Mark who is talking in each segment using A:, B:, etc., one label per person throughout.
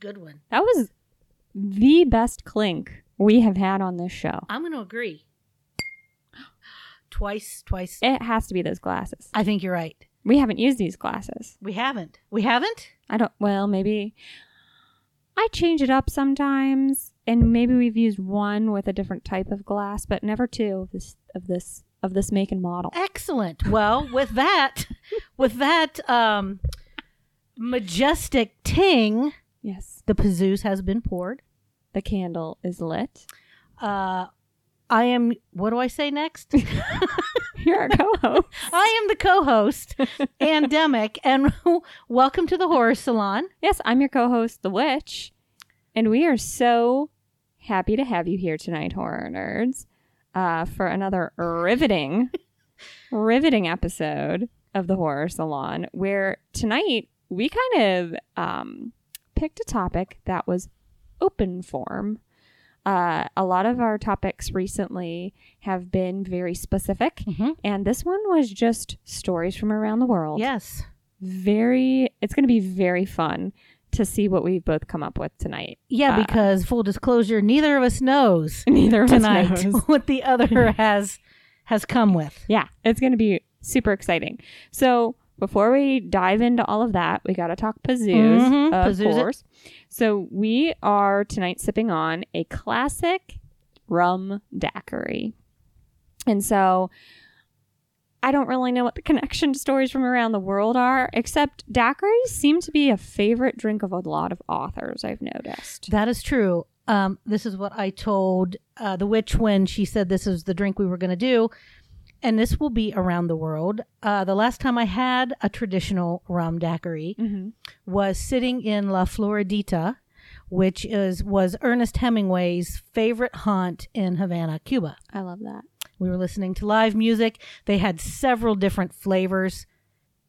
A: good one.
B: That was the best clink we have had on this show.
A: I'm going to agree. Twice, twice.
B: It has to be those glasses.
A: I think you're right.
B: We haven't used these glasses.
A: We haven't. We haven't?
B: I don't, well, maybe I change it up sometimes, and maybe we've used one with a different type of glass, but never two of this of this of this make and model.
A: Excellent. Well, with that, with that um, majestic ting,
B: Yes,
A: the pazoos has been poured.
B: the candle is lit.
A: Uh, I am. What do I say next?
B: Here our co-host.
A: I am the co-host, Andemic, and welcome to the Horror Salon.
B: Yes, I'm your co-host, the witch, and we are so happy to have you here tonight, horror nerds, uh, for another riveting, riveting episode of the Horror Salon, where tonight we kind of um, picked a topic that was open form. Uh, a lot of our topics recently have been very specific,
A: Mhm.
B: and this one was just stories from around the world
A: Yes.
B: very it's going to be very fun to see what we've both come up with tonight
A: Yeah,
B: Uh,
A: because full disclosure, neither of us knows
B: neither of
A: tonight
B: us knows.
A: what the other has has come with.
B: yeah it's going to be super exciting so before we dive into all of that we got to talk pazoos
A: Mhm,
B: of
A: pazoos it.
B: course so we are tonight sipping on a classic rum daiquiri and so I don't really know what the connection to stories from around the world are, except daiquiris seem to be a favorite drink of a lot of authors, I've noticed.
A: That is true. Um, this is what I told uh, the witch when she said this is the drink we were going to do, and this will be around the world. Uh, the last time I had a traditional rum daiquiri
B: Mm-hmm.
A: was sitting in La Floridita, which is was Ernest Hemingway's favorite haunt in Havana, Cuba.
B: I love that.
A: We were listening to live music. They had several different flavors.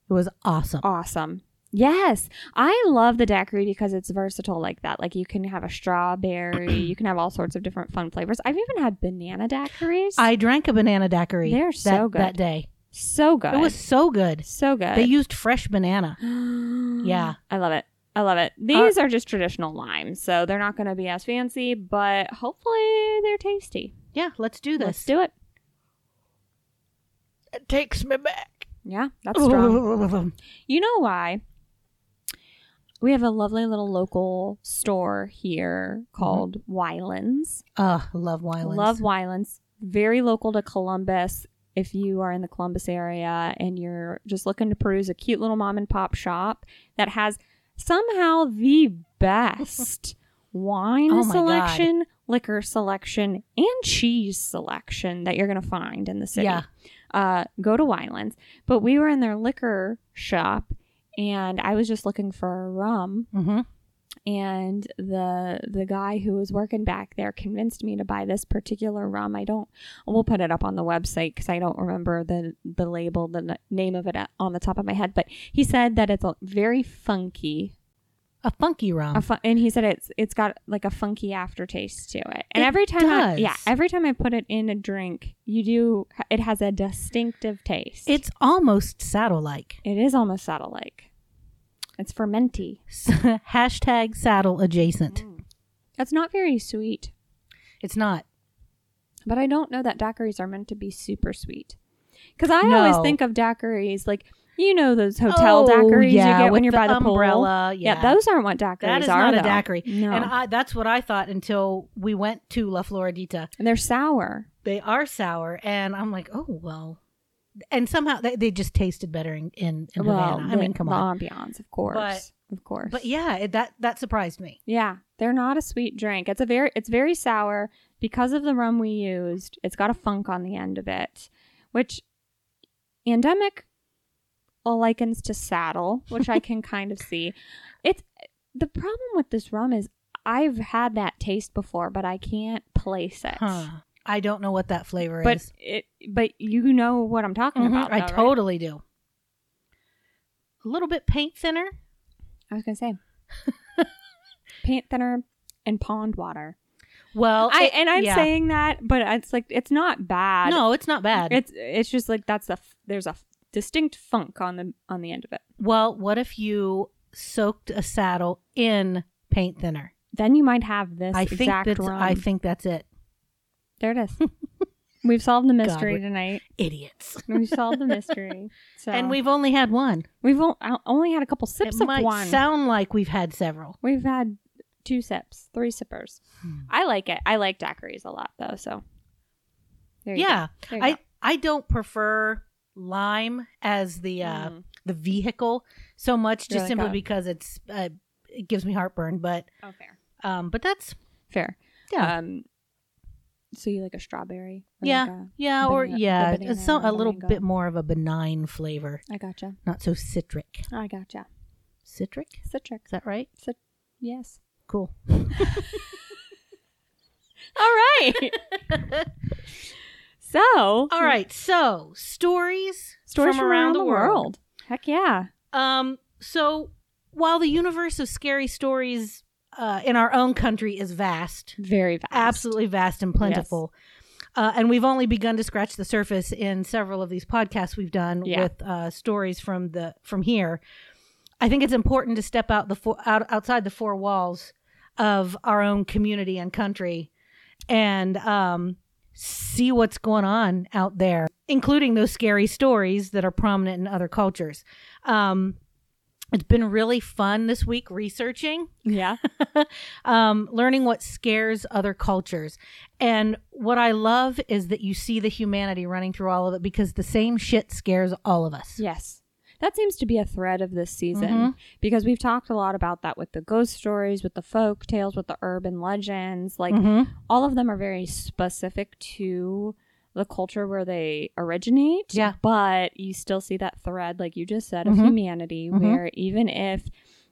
A: It was awesome.
B: Awesome. Yes. I love the daiquiri because it's versatile like that. Like you can have a strawberry, you can have all sorts of different fun flavors. I've even had banana daiquiris.
A: I drank a banana daiquiri.
B: They're
A: that,
B: so good.
A: that day.
B: so good.
A: It was so good.
B: so good.
A: They used fresh banana. Yeah.
B: I love it. I love it. These are just traditional limes, so they're not going to be as fancy, but hopefully they're tasty.
A: Yeah, let's do this.
B: Let's do it.
A: it takes me back.
B: Yeah, that's strong. You know why? We have a lovely little local store here
A: Mm-hmm.
B: called Wylands.
A: Uh, love Wylands.
B: Love Wylands. Very local to Columbus. If you are in the Columbus area and you're just looking to peruse a cute little mom and pop shop that has somehow the best wine
A: Oh my
B: selection, liquor selection, and cheese selection that you're going to find in the city,
A: Yeah.
B: uh, go to Wylands. But we were in their liquor shop and I was just looking for a rum
A: Mm-hmm.
B: and the the guy who was working back there convinced me to buy this particular rum. I don't. We'll put it up on the website because I don't remember the the label, the n- name of it at- on the top of my head. But he said that it's a very funky,
A: A funky rum.
B: a fun, and he said it's it's got like a funky aftertaste to it. And
A: It
B: every time, I,
A: does.
B: yeah, every time I put it in a drink, you do. It has a distinctive taste.
A: it's almost saddle like.
B: it is almost saddle like. It's fermenty.
A: Hashtag saddle adjacent.
B: It's not very sweet.
A: It's not.
B: But I don't know that daiquiris are meant to be super sweet. Because I
A: No.
B: always think of daiquiris like, you know, those
A: Oh,
B: hotel daiquiris
A: yeah,
B: you get
A: with
B: when you're by the
A: umbrella.
B: pool.
A: Yeah.
B: those aren't what daiquiris
A: that is
B: are.
A: not a
B: though.
A: daiquiri.
B: No.
A: And
B: And,
A: I, that's what I thought until we went to La Floridita.
B: they're sour.
A: They are sour, and I'm like, oh well. And somehow they, they just tasted better in in, in
B: well,
A: Havana.
B: the,
A: I mean, come
B: the
A: on.
B: ambiance, of course. of course.
A: But yeah, it, that that surprised me.
B: Yeah, they're not a sweet drink. It's a very it's very sour because of the rum we used. It's got a funk on the end of it, which endemic likens to saddle, which I can kind of see. It's the problem with this rum is I've had that taste before, but I can't place it.
A: Huh. I don't know what that flavor
B: But
A: is.
B: it but you know what I'm talking
A: Mhm,
B: about.
A: I
B: though, right?
A: totally do. A little bit paint thinner.
B: I was gonna say paint thinner and pond water.
A: Well,
B: I
A: it-
B: and I'm
A: yeah.
B: saying that, but it's like it's not bad.
A: no, it's not bad.
B: It's it's just like that's a f- there's a f- distinct funk on the on the end of it.
A: well, what if you soaked a saddle in paint thinner.
B: Then you might have this
A: I think
B: exact
A: that's
B: rum.
A: I think that's it.
B: there it is. We've solved the mystery
A: we-
B: tonight.
A: Idiots.
B: We've solved the mystery. So
A: And we've only had one.
B: we've o- o- only had a couple sips
A: it
B: of
A: might
B: one.
A: sound like we've had several.
B: We've had two sips, three sippers.
A: Hmm.
B: I like it. I like daiquiris a lot though. So there you
A: Yeah.
B: go. There you
A: I
B: go.
A: I don't prefer lime as the uh
B: Mm.
A: the vehicle so much
B: You're
A: just
B: like "Oh."
A: simply
B: a-
A: because it's uh, it gives me heartburn, but
B: Oh, fair,
A: um but that's
B: fair.
A: yeah.
B: Um, so you like a strawberry? or
A: Yeah.
B: like uh, a-
A: yeah, or
B: banana- a
A: yeah,
B: banana
A: it's so,
B: and
A: a
B: a
A: little
B: mango.
A: bit more of a benign flavor,
B: I gotcha.
A: not so citric.
B: Oh, I gotcha.
A: Citric?
B: Citric.
A: Is that right?
B: Cit- yes.
A: Cool.
B: All right. so
A: All right. So, stories
B: stories from around the world. Heck yeah.
A: Um, so while the universe of scary stories uh, in our own country is vast,
B: Very fast.
A: absolutely vast and plentiful, uh, and we've only begun to scratch the surface in several of these podcasts we've done
B: Yeah.
A: with uh, stories from the from here. I think it's important to step out the four, out outside the four walls of our own community and country, and um, see what's going on out there, including those scary stories that are prominent in other cultures. Um, it's been really fun this week researching
B: Yeah.
A: um, learning what scares other cultures. And what I love is that you see the humanity running through all of it because the same shit scares all of us.
B: Yes. That seems to be a thread of this season because we've talked a lot about that with the ghost stories, with the folk tales, with the urban legends. Like
A: Mhm.
B: all of them are very specific to the culture where they originate.
A: Yeah.
B: But you still see that thread, like you just said,
A: Mhm.
B: of humanity,
A: Mhm.
B: where even if,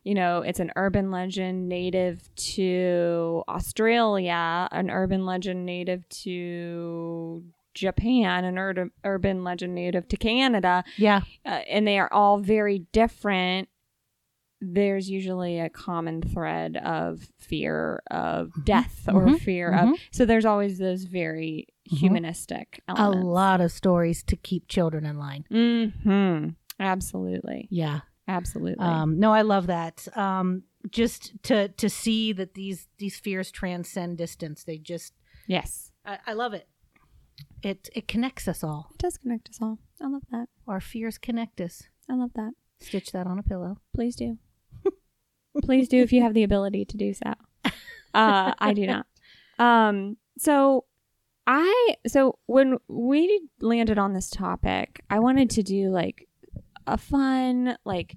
B: you know, it's an urban legend native to Australia, an urban legend native to Japan, an ur- urban legend native to Canada,
A: Yeah.
B: uh, and they are all very different. There's usually a common thread of fear of death or
A: Mhm.
B: fear
A: Mhm.
B: of. So there's always those very
A: Mhm.
B: humanistic
A: A
B: elements.
A: lot of stories to keep children in line.
B: hmm Absolutely.
A: Yeah.
B: Absolutely.
A: Um, no, I love that. Um, just to to see that these these fears transcend distance. They just
B: yes.
A: I, I love it. It it connects us all.
B: It does connect us all. I love that.
A: Our fears connect us.
B: I love that.
A: Stitch that on a pillow.
B: Please do. Please do if you have the ability to do so. Uh, I do not. Um, so I so when we landed on this topic, I wanted to do like a fun like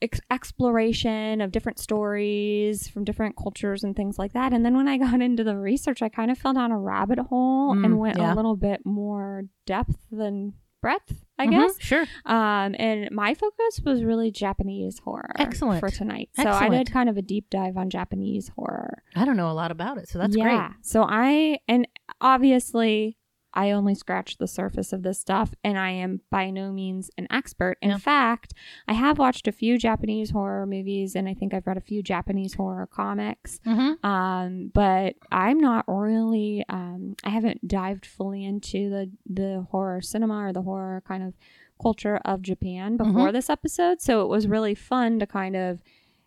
B: ex- exploration of different stories from different cultures and things like that. And then when I got into the research, I kind of fell down a rabbit hole
A: Mm,
B: and went
A: yeah.
B: a little bit more depth than breadth, I
A: Mhm.
B: guess.
A: Sure.
B: Um, and my focus was really Japanese horror.
A: Excellent.
B: for tonight. So I
A: Excellent.
B: did kind of a deep dive on Japanese horror.
A: I don't know a lot about it, so that's great.
B: So I and obviously I only scratched the surface of this stuff, and I am by no means an expert. In
A: Yeah.
B: fact, I have watched a few Japanese horror movies, and I think I've read a few Japanese horror comics.
A: Mm-hmm.
B: Um, but I'm not really. Um, I haven't dived fully into the the horror cinema or the horror kind of culture of Japan
A: Mm-hmm.
B: before this episode. So it was really fun to kind of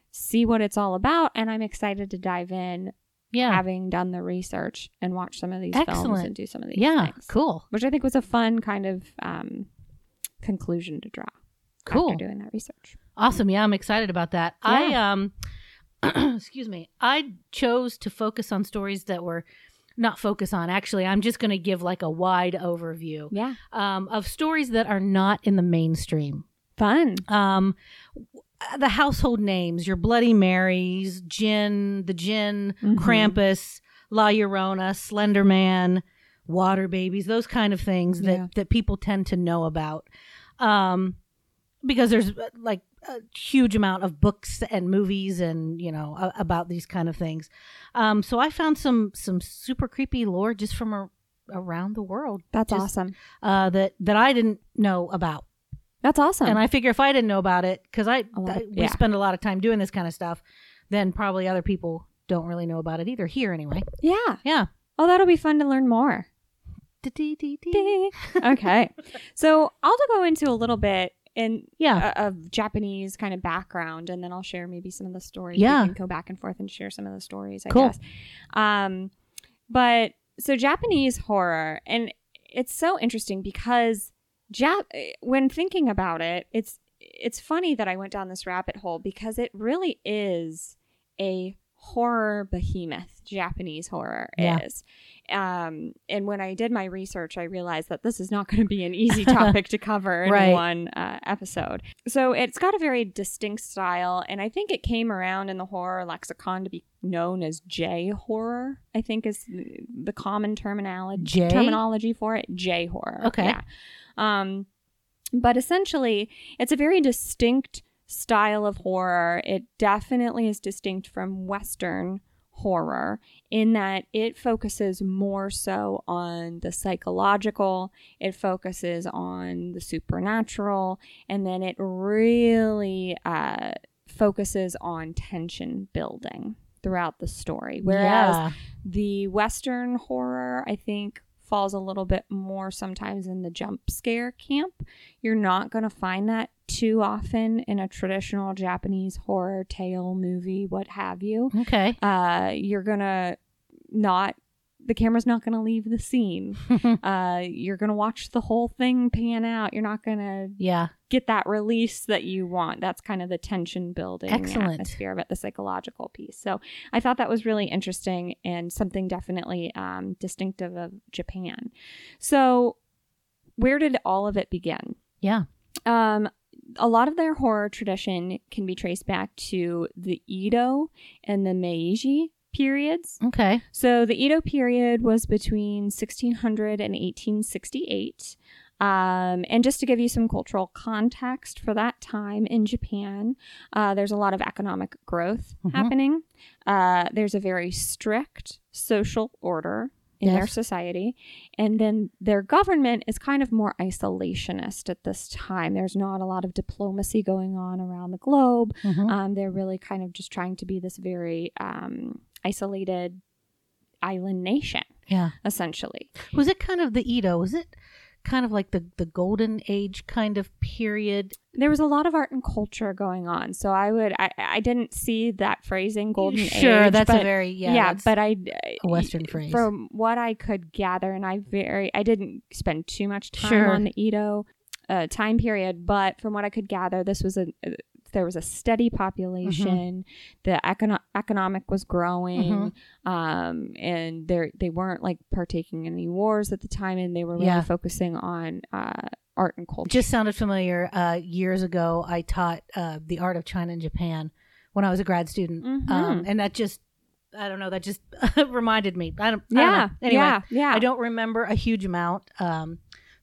B: see what it's all about, and I'm excited to dive in,
A: Yeah.
B: having done the research and watch some of these films
A: Excellent.
B: and do some of these.
A: Yeah,
B: things,
A: cool,
B: Which I think was a fun kind of um, conclusion to draw.
A: cool,
B: After doing that research.
A: awesome. Yeah, I'm excited about that. I um, excuse me, I chose to focus on stories that were not focus on. Actually, I'm just going to give like a wide overview
B: Yeah,
A: um, of stories that are not in the mainstream.
B: fun.
A: Um, w- the household names: your Bloody Marys, Gin, the Gin,
B: Mhm.
A: Krampus, La Llorona, Slender Man, Water Babies, those kind of things that
B: Yeah.
A: that people tend to know about, um, because there's uh, like a huge amount of books and movies and you know a- about these kind of things. Um, so I found some some super creepy lore just from a, around the world
B: That's
A: Just-
B: awesome.
A: uh, that that I didn't know about.
B: That's awesome.
A: And I figure if I didn't know about it, because I,
B: A lot
A: I-
B: of-
A: we
B: yeah.
A: spend a lot of time doing this kind of stuff, then probably other people don't really know about it either. Here, anyway.
B: yeah.
A: Yeah.
B: Oh, that'll be fun to learn more.
A: Dee, dee, dee, dee.
B: okay. So I'll go into a little bit and
A: Yeah.
B: a, a Japanese kind of background, and then I'll share maybe some of the stories.
A: Yeah.
B: we can go back and forth and share some of the stories. I
A: Cool.
B: guess. Um, but so Japanese horror, and it's so interesting because Jap- when thinking about it, it's it's funny that I went down this rabbit hole because it really is a horror behemoth. Japanese horror
A: Yeah.
B: is. Um, and when I did my research, I realized that this is not going to be an easy topic to cover in
A: Right.
B: one uh, episode. So it's got a very distinct style, and I think it came around in the horror lexicon to be known as J horror. I think is the common terminology
A: J?
B: terminology for it. J horror.
A: Okay.
B: Yeah. Um, but essentially, it's a very distinct style of horror. It definitely is distinct from Western horror in that it focuses more so on the psychological, it focuses on the supernatural, and then it really uh, focuses on tension building throughout the story. Whereas
A: yeah.
B: the Western horror, I think, falls a little bit more sometimes in the jump scare camp. You're not going to find that too often in a traditional Japanese horror tale movie, what have you.
A: Okay.
B: Uh, you're going to not, the camera's not going to leave the scene. uh, you're going to watch the whole thing pan out. You're not going to
A: yeah.
B: get that release that you want. That's kind of the tension building
A: Excellent.
B: atmosphere of it, the psychological piece. So I thought that was really interesting and something definitely um, distinctive of Japan. So, where did all of it begin?
A: Yeah.
B: Um, a lot of their horror tradition can be traced back to the Edo and the Meiji periods.
A: Okay.
B: So the Edo period was between 1600 and 1868. Um, and just to give you some cultural context for that time in Japan, uh, there's a lot of economic growth
A: Mhm.
B: happening. Uh, there's a very strict social order in their
A: Yes.
B: society. And then their government is kind of more isolationist at this time. There's not a lot of diplomacy going on around the globe.
A: Mhm.
B: Um, they're really kind of just trying to be this very um, isolated island nation,
A: Yeah.
B: essentially.
A: Was it kind of the Edo? Was it kind of like the the golden age kind of period?
B: There was a lot of art and culture going on, so I would I, I didn't see that phrasing golden age.
A: sure, that's
B: but,
A: a very yeah, that's
B: but I
A: a Western phrase.
B: from what I could gather, and I very I didn't spend too much time
A: Sure.
B: on the Edo uh, time period, but from what I could gather, this was a uh, there was a steady
A: Mm-hmm.
B: population. The econo- economic was growing,
A: Mm-hmm.
B: um, and they they weren't like partaking in any wars at the time, and they were really
A: Yeah.
B: focusing on uh, art and culture.
A: just sounded familiar. Uh, years ago, I taught uh, the art of China and Japan when I was a grad student,
B: Mm-hmm.
A: um, and that just I don't know that just reminded me. I don't. I don't know.
B: yeah,
A: Anyway,
B: yeah, yeah.
A: I don't remember a huge amount, um,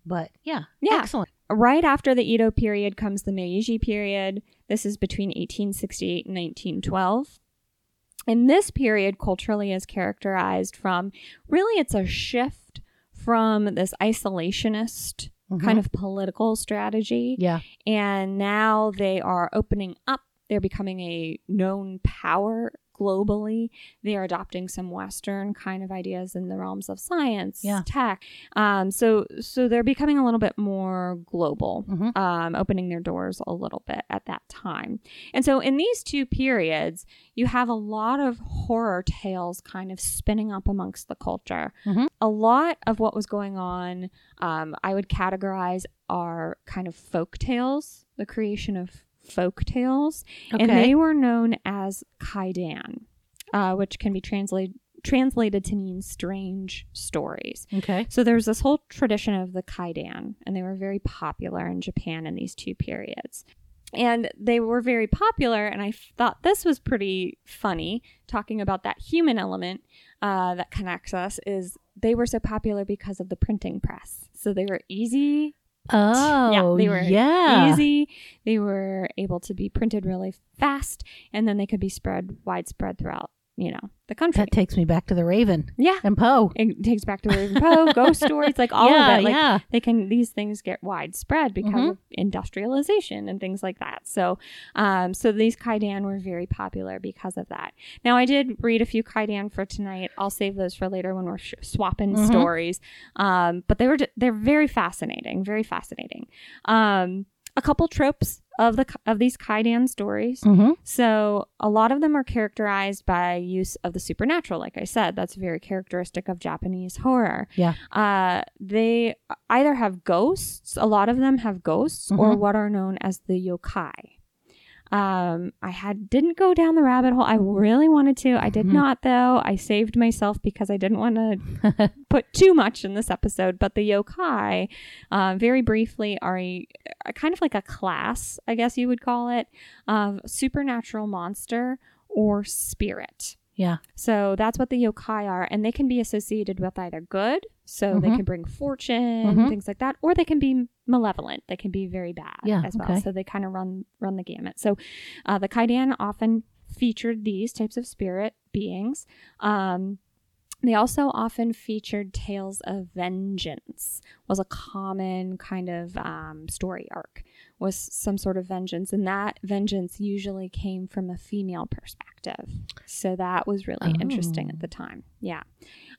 A: but yeah,
B: Yeah.
A: excellent.
B: right after the Edo period comes the Meiji period. This is between 1868 and 1912. And this period culturally is characterized from really it's a shift from this isolationist kind of political strategy
A: Mm-hmm. yeah,
B: and now they are opening up. They're becoming a known power globally. They are adopting some Western kind of ideas in the realms of science,
A: Yeah.
B: tech. Um, so, so they're becoming a little bit more global,
A: Mhm.
B: um, opening their doors a little bit at that time. And so, in these two periods, you have a lot of horror tales kind of spinning up amongst the culture.
A: Mhm.
B: A lot of what was going on um, I would categorize are kind of folk tales, the creation of folk tales, and
A: Okay.
B: they were known as kaidan, uh, which can be translated translated to mean strange stories.
A: okay,
B: So there's this whole tradition of the kaidan, and they were very popular in Japan in these two periods. And they were very popular, and I thought this was pretty funny talking about that human element uh, that connects us. Is they were so popular because of the printing press, so they were easy,
A: oh yeah,
B: they were
A: yeah.
B: easy. They were able to be printed really fast, and then they could be spread widespread throughout, you know, the country.
A: That takes me back to the Raven
B: yeah,
A: and Poe.
B: it takes back to Raven Poe, ghost stories, like all
A: yeah,
B: of it. Like
A: yeah,
B: they can these things get widespread because
A: Mhm.
B: of industrialization and things like that. So, um, so these kaidan were very popular because of that. Now, I did read a few kaidan for tonight. I'll save those for later when we're sh- swapping
A: Mhm.
B: stories. Um, but they were d- they're very fascinating, very fascinating. Um, a couple tropes of the of these kaidan stories.
A: Mm-hmm.
B: So, a lot of them are characterized by use of the supernatural. Like I said, that's very characteristic of Japanese horror.
A: Yeah.
B: Uh, they either have ghosts, a lot of them have ghosts, or
A: Mhm.
B: what are known as the yokai. Um, I had didn't go down the rabbit hole. I really wanted to. I did
A: Mhm.
B: not though. I saved myself because I didn't want to put too much in this episode. But the yokai, uh, very briefly, are a, a kind of like a class, I guess you would call it, of supernatural monster or spirit.
A: Yeah.
B: So that's what the yokai are, and they can be associated with either good, so they
A: Mhm.
B: can bring fortune,
A: Mhm.
B: things like that, or they can be malevolent. They can be very bad
A: Yeah,
B: as well.
A: okay.
B: So they kind of run run the gamut. So uh, the kaidan often featured these types of spirit beings. Um, they also often featured tales of vengeance was a common kind of um, story arc was some sort of vengeance and that vengeance usually came from a female perspective so that was really interesting at
A: Oh.
B: the time yeah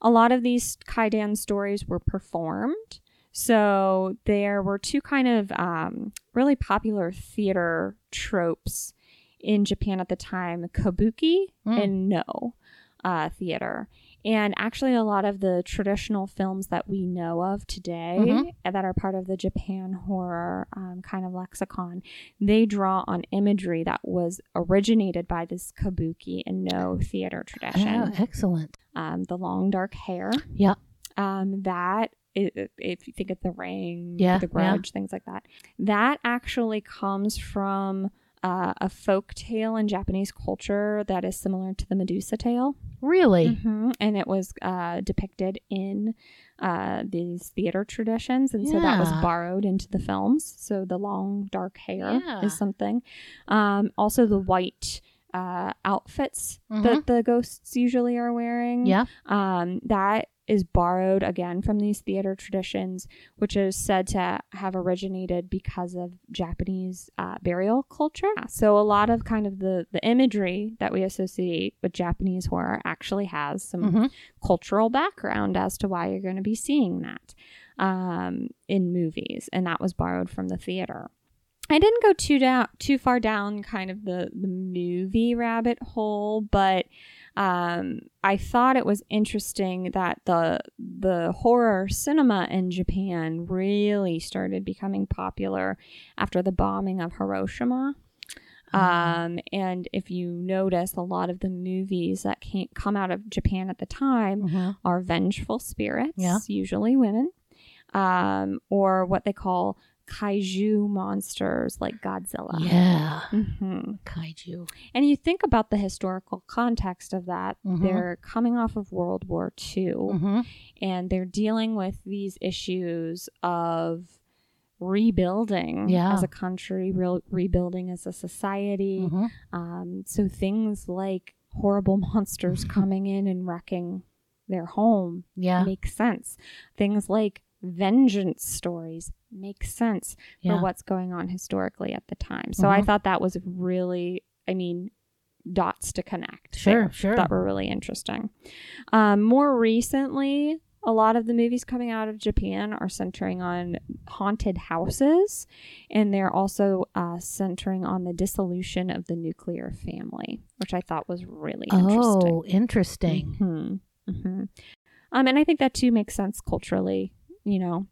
B: a lot of these kaidan stories were performed so there were two kind of um, really popular theater tropes in japan at the time kabuki
A: Mm.
B: and no uh, theater and actually, a lot of the traditional films that we know of today
A: Mhm.
B: and that are part of the Japan horror um, kind of lexicon, they draw on imagery that was originated by this kabuki and no theater
A: Oh,
B: tradition.
A: excellent.
B: Um, the long dark hair.
A: Yeah.
B: Um, that, i- i- if you think of the ring,
A: Yeah,
B: the
A: yeah.
B: grudge, things like that, that actually comes from uh, a folk tale in Japanese culture that is similar to the Medusa tale.
A: Really?
B: Mhm. And it was uh, depicted in uh, these theater traditions. And so that was
A: Yeah.
B: borrowed into the films. So the long dark hair
A: Yeah.
B: is something. Um, also, the white uh, outfits that the ghosts usually are wearing.
A: Yeah.
B: Um, that is borrowed again from these theater traditions, which is said to have originated because of Japanese uh, burial culture. So a lot of kind of the, the imagery that we associate with Japanese horror actually has some
A: hmm
B: cultural background as to why you're going to be seeing that um, in movies, and that was borrowed from the theater. I didn't go too down too far down kind of the the movie rabbit hole, but um, I thought it was interesting that the the horror cinema in Japan really started becoming popular after the bombing of Hiroshima. Um, and if you notice, a lot of the movies that can't come out of Japan at the time
A: Mhm.
B: are vengeful spirits,
A: Yeah.
B: usually women, um, or what they call kaiju monsters like Godzilla.
A: Yeah.
B: hmm
A: Kaiju.
B: And you think about the historical context of that,
A: Mhm.
B: they're coming off of World War II
A: hmm
B: and they're dealing with these issues of rebuilding
A: Yeah.
B: as a country, real rebuilding as a society.
A: hmm
B: Um, so things like horrible monsters coming in and wrecking their home
A: Yeah.
B: make sense. Things like vengeance stories make sense
A: Yeah.
B: for what's going on historically at the time. So I
A: Mhm.
B: thought that was really, I mean, dots to connect.
A: Sure,
B: there
A: sure.
B: That were really interesting. Um, more recently, a lot of the movies coming out of Japan are centering on haunted houses, and they're also uh, centering on the dissolution of the nuclear family, which I thought was really interesting.
A: Oh, interesting.
B: Mm-hmm. hmm Um, and I think that too makes sense culturally, you know,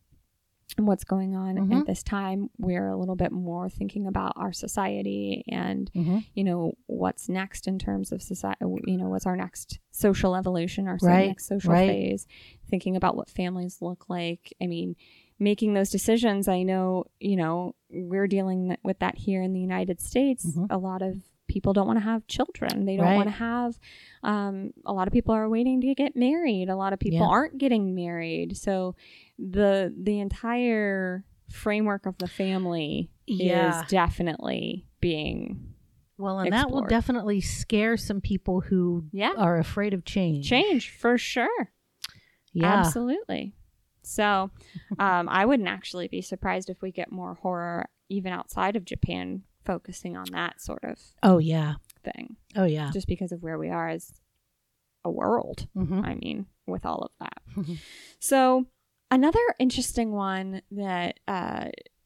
B: and what's going on
A: Mhm.
B: at this time. We're a little bit more thinking about our society and,
A: hmm
B: you know, what's next in terms of society, you know, what's our next social evolution, our so-
A: Right,
B: next social
A: right.
B: phase, thinking about what families look like. I mean, making those decisions. I know, you know, we're dealing th- with that here in the United States.
A: Mhm.
B: A lot of people don't want to have children. They don't
A: Right.
B: want to have. Um, a lot of people are waiting to get married. A lot of people
A: Yeah.
B: aren't getting married. So the the entire framework of the family
A: Yeah.
B: is definitely being
A: Well, and that will
B: explored.
A: definitely scare some people who
B: yeah
A: are afraid of change.
B: change for sure.
A: Yeah.
B: Absolutely. So um, I wouldn't actually be surprised if we get more horror even outside of Japan focusing on that sort of
A: Oh yeah.
B: thing,
A: Oh yeah.
B: just because of where we are as a world.
A: hmm
B: I mean, with all of that. so, another interesting one that uh,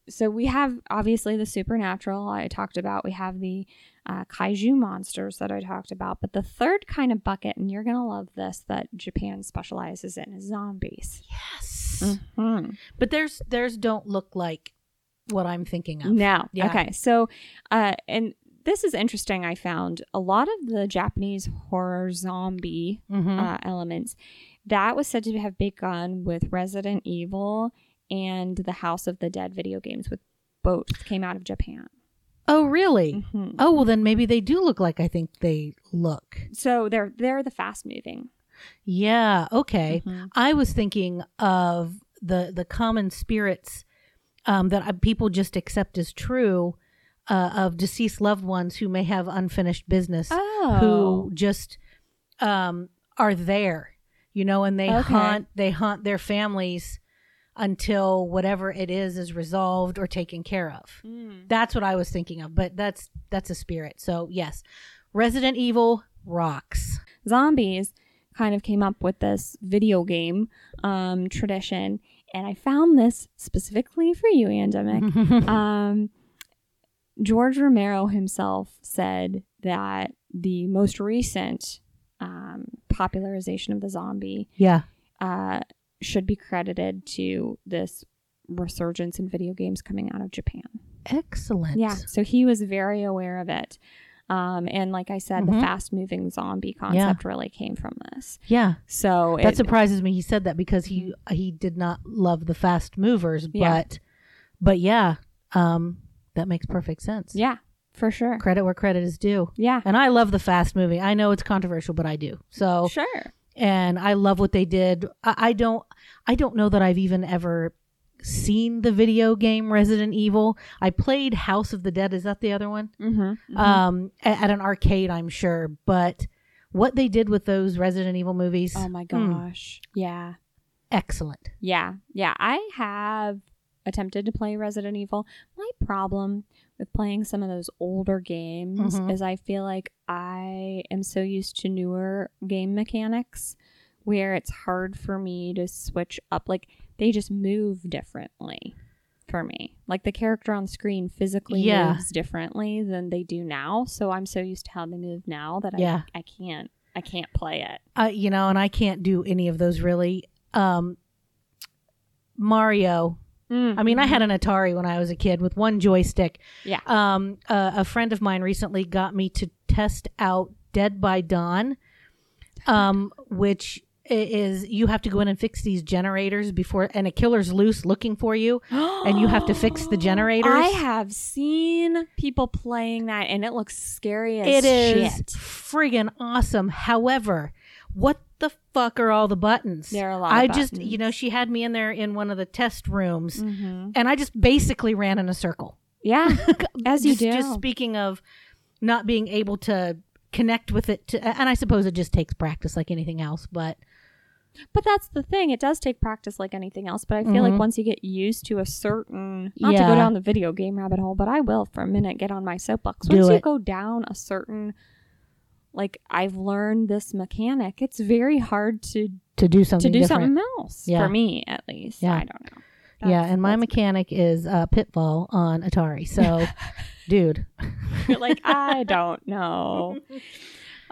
B: so we have obviously the supernatural I talked about. We have the uh, kaiju monsters that I talked about. But the third kind of bucket, and you're going to love this, that Japan specializes in is zombies.
A: Yes.
B: Mhm.
A: Mm. But theirs theirs don't look like what I'm thinking of.
B: Now,
A: Yeah.
B: okay. So, uh, and this is interesting, I found a lot of the Japanese horror zombie
A: Mhm.
B: uh, elements. That was said to have begun with Resident Evil and the House of the Dead video games, with both came out of Japan.
A: oh, really?
B: Mhm.
A: Oh, well, then maybe they do look like I think they look.
B: So they're they're the fast moving.
A: Yeah. Okay.
B: Mm-hmm.
A: I was thinking of the the common spirits um, that uh, people just accept as true uh, of deceased loved ones who may have unfinished business,
B: Oh,
A: who just um, are there, you know, and they
B: Okay.
A: haunt they haunt their families until whatever it is is resolved or taken care of.
B: Mm.
A: That's what I was thinking of, but that's that's a spirit. So yes, Resident Evil rocks.
B: zombies kind of came up with this video game um, tradition, and I found this specifically for you, Andemic. um, George Romero himself said that the most recent um, popularization of the zombie
A: yeah.
B: uh, should be credited to this resurgence in video games coming out of Japan.
A: Excellent.
B: Yeah, so he was very aware of it. Um, and like I said, the
A: Mhm.
B: fast moving zombie concept really came from this.
A: Yeah.
B: So
A: That
B: it-
A: surprises me. He said that because he he did not love the fast movers, but
B: Mm-hmm. Yeah.
A: but yeah, um, that makes perfect sense.
B: yeah, for sure.
A: Credit where credit is due.
B: Yeah,
A: And I love the fast movie. I know it's controversial, but I do. So
B: sure.
A: and I love what they did. I, I don't I don't know that I've even ever seen the video game Resident Evil. I played House of the Dead. Is that the other one?
B: Mm-hmm.
A: Um, a- at, an arcade, I'm sure. But what they did with those Resident Evil movies,
B: oh my
A: mm.
B: gosh. Yeah.
A: excellent.
B: Yeah, yeah. I have attempted to play Resident Evil. My problem with playing some of those older games
A: Mhm.
B: is I feel like I am so used to newer game mechanics where it's hard for me to switch up. Like they just move differently for me. Like the character on screen physically
A: Yeah.
B: moves differently than they do now. So I'm so used to how they move now that
A: Yeah.
B: I, I can't I can't play it.
A: uh, you know, and I can't do any of those really. Um, Mario.
B: Mm,
A: I mean, I had an Atari when I was a kid with one joystick.
B: Yeah.
A: Um, uh, a friend of mine recently got me to test out Dead by Dawn, um, which i- is you have to go in and fix these generators before, and a killer's loose looking for you, and you have to fix the generators.
B: I have seen people playing that, and it looks scary as
A: It is
B: shit.
A: friggin' awesome. However, what the fuck are all the buttons?
B: There are a lot.
A: I
B: of
A: just,
B: buttons.
A: you know, she had me in there in one of the test rooms,
B: Mhm.
A: and I just basically ran in a circle.
B: yeah, as you
A: just,
B: do.
A: Just speaking of not being able to connect with it, to, and I suppose it just takes practice like anything else. But
B: but that's the thing; it does take practice, like anything else. But I feel
A: Mhm.
B: like once you get used to a certain, not to
A: Yeah.
B: go down the video game rabbit hole, but I will for a minute get on my soapbox.
A: Do
B: Once you
A: it.
B: go down a certain, like I've learned this mechanic, it's very hard to
A: to do
B: to
A: something
B: do
A: different,
B: something else
A: Yeah.
B: for me, at least.
A: Yeah.
B: I don't know.
A: yeah.
B: That's-
A: And my
B: that's-
A: mechanic is uh, Pitfall on Atari. So, dude.
B: You're like, I don't know.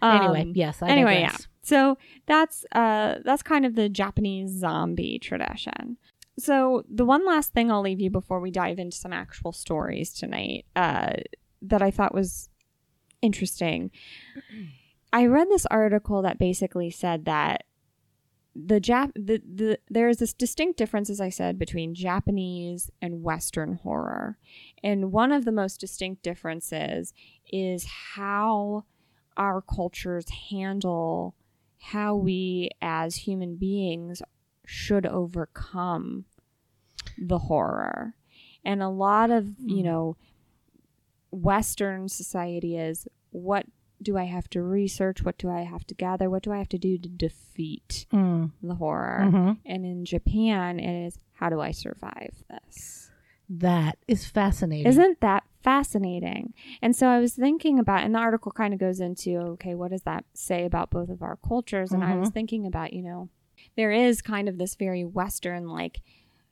A: anyway,
B: Um,
A: yes. I
B: anyway,
A: digress.
B: yeah. So that's uh that's kind of the Japanese zombie tradition. So the one last thing I'll leave you before we dive into some actual stories tonight uh, that I thought was interesting. I read this article that basically said that the Jap the, the there is this distinct difference, as I said, between Japanese and Western horror, and one of the most distinct differences is how our cultures handle how we as human beings should overcome the horror. And a lot of, you
A: Mm.
B: know, Western society is what do I have to research? What do I have to gather? What do I have to do to defeat
A: Mm,
B: the horror?
A: mhm.
B: And in Japan, it is how do I survive this?
A: That is fascinating.
B: Isn't that fascinating? And so I was thinking about, and the article kind of goes into, okay, what does that say about both of our cultures? And I was thinking about, you know, there is kind of this very Western, like,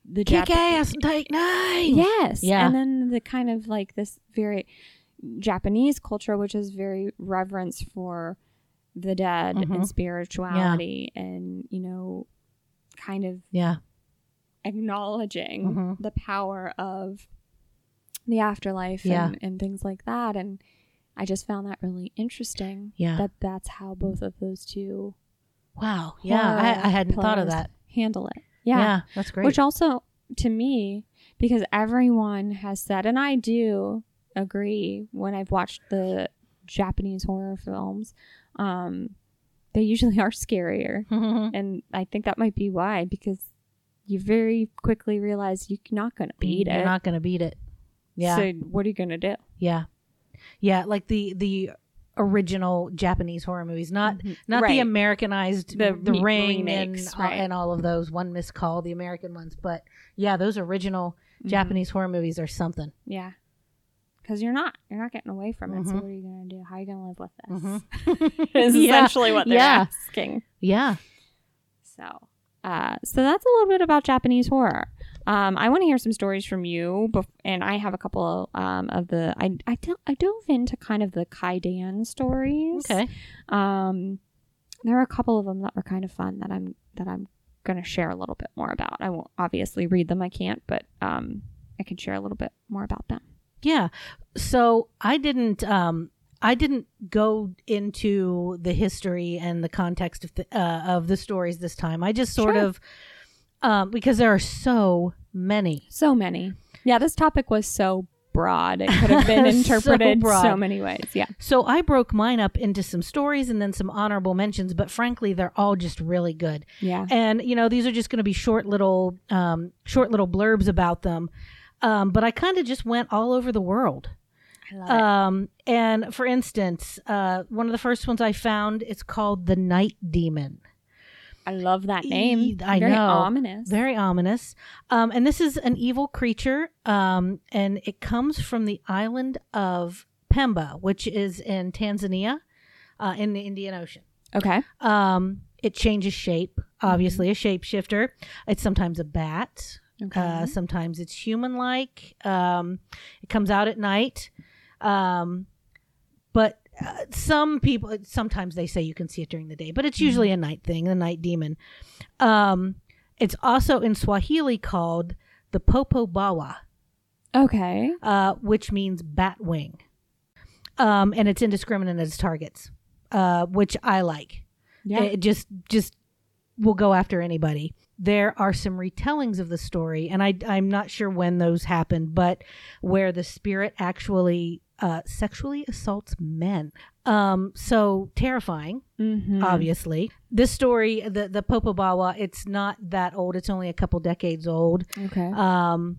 B: the
A: Kick
B: Jap-
A: ass and take names.
B: Yes.
A: Yeah.
B: And then the kind of like this very Japanese culture, which is very reverence for the dead
A: Mhm.
B: and spirituality and, you know, kind of
A: Yeah.
B: acknowledging
A: Mhm.
B: the power of the afterlife
A: Yeah.
B: and, and things like that. And I just found that really interesting
A: Yeah.
B: that that's how both of those two
A: Wow. Yeah.
B: horror
A: I, I hadn't thought of
B: pillars
A: that.
B: handle it.
A: Yeah.
B: yeah.
A: that's great.
B: Which also, to me, because everyone has said, and I do agree when I've watched the Japanese horror films, um, they usually are scarier. And I think that might be why, because you very quickly realize Mm-hmm. you're not going to beat
A: You're
B: it.
A: not gonna beat it. Yeah.
B: So what are you going to do?
A: yeah. Yeah. Like the the original Japanese horror movies, not
B: Mhm.
A: not the
B: Right.
A: Americanized the,
B: The
A: the
B: re-
A: ring
B: remakes,
A: and
B: right.
A: and all of those. One Miss Call, the American ones, but yeah, those original
B: Mm-hmm.
A: Japanese horror movies are something.
B: Yeah. Because you're not. You're not getting away from it. So
A: Mhm.
B: what are you going to do? How are you going to live with Mm-hmm. this?
A: Mhm.
B: is
A: Yeah.
B: essentially what they're
A: Yeah.
B: asking.
A: Yeah.
B: So, uh, so that's a little bit about Japanese horror. Um, I want to hear some stories from you, bef- and I have a couple um, of the. I I, del- I dove into kind of the kaidan stories.
A: Okay.
B: Um, there are a couple of them that were kind of fun that I'm that I'm gonna share a little bit more about. I won't obviously read them. I can't, but um, I can share a little bit more about them.
A: Yeah. So I didn't um I didn't go into the history and the context of the uh, of the stories this time. I just sort
B: Sure.
A: of um because there are so many.
B: So many. Yeah, this topic was so broad. It could have been
A: So
B: interpreted so,
A: broad.
B: many ways. Yeah.
A: So I broke mine up into some stories and then some honorable mentions, but frankly they're all just really good.
B: Yeah.
A: And you know, these are just going to be short little um short little blurbs about them. Um but I kind of just went all over the world.
B: I love
A: Um, and for instance, uh, one of the first ones I found, it's called the Night Demon.
B: I love that
A: E-
B: name.
A: I
B: Very
A: know. uh,
B: Ominous.
A: Very ominous. Um, and this is an evil creature, um, and it comes from the island of Pemba, which is in Tanzania, uh, in the Indian Ocean.
B: okay.
A: Um, it changes shape, obviously, a shapeshifter. It's sometimes a bat,
B: Okay.
A: Uh, sometimes it's human like. Um, it comes out at night. Um, but uh, some people, sometimes they say you can see it during the day, but it's usually a night thing, a night demon. Um, it's also in Swahili called the Popo Bawa,
B: okay.
A: uh, which means bat wing. Um, and it's indiscriminate as targets, uh, which I like.
B: Yeah.
A: It just just will go after anybody. There are some retellings of the story, and I I'm not sure when those happened, but where the spirit actually uh, sexually assaults men. Um, so terrifying,
B: Mhm.
A: uh, obviously. This story, the the Popobawa, it's not that old. It's only a couple decades old.
B: Okay.
A: Um,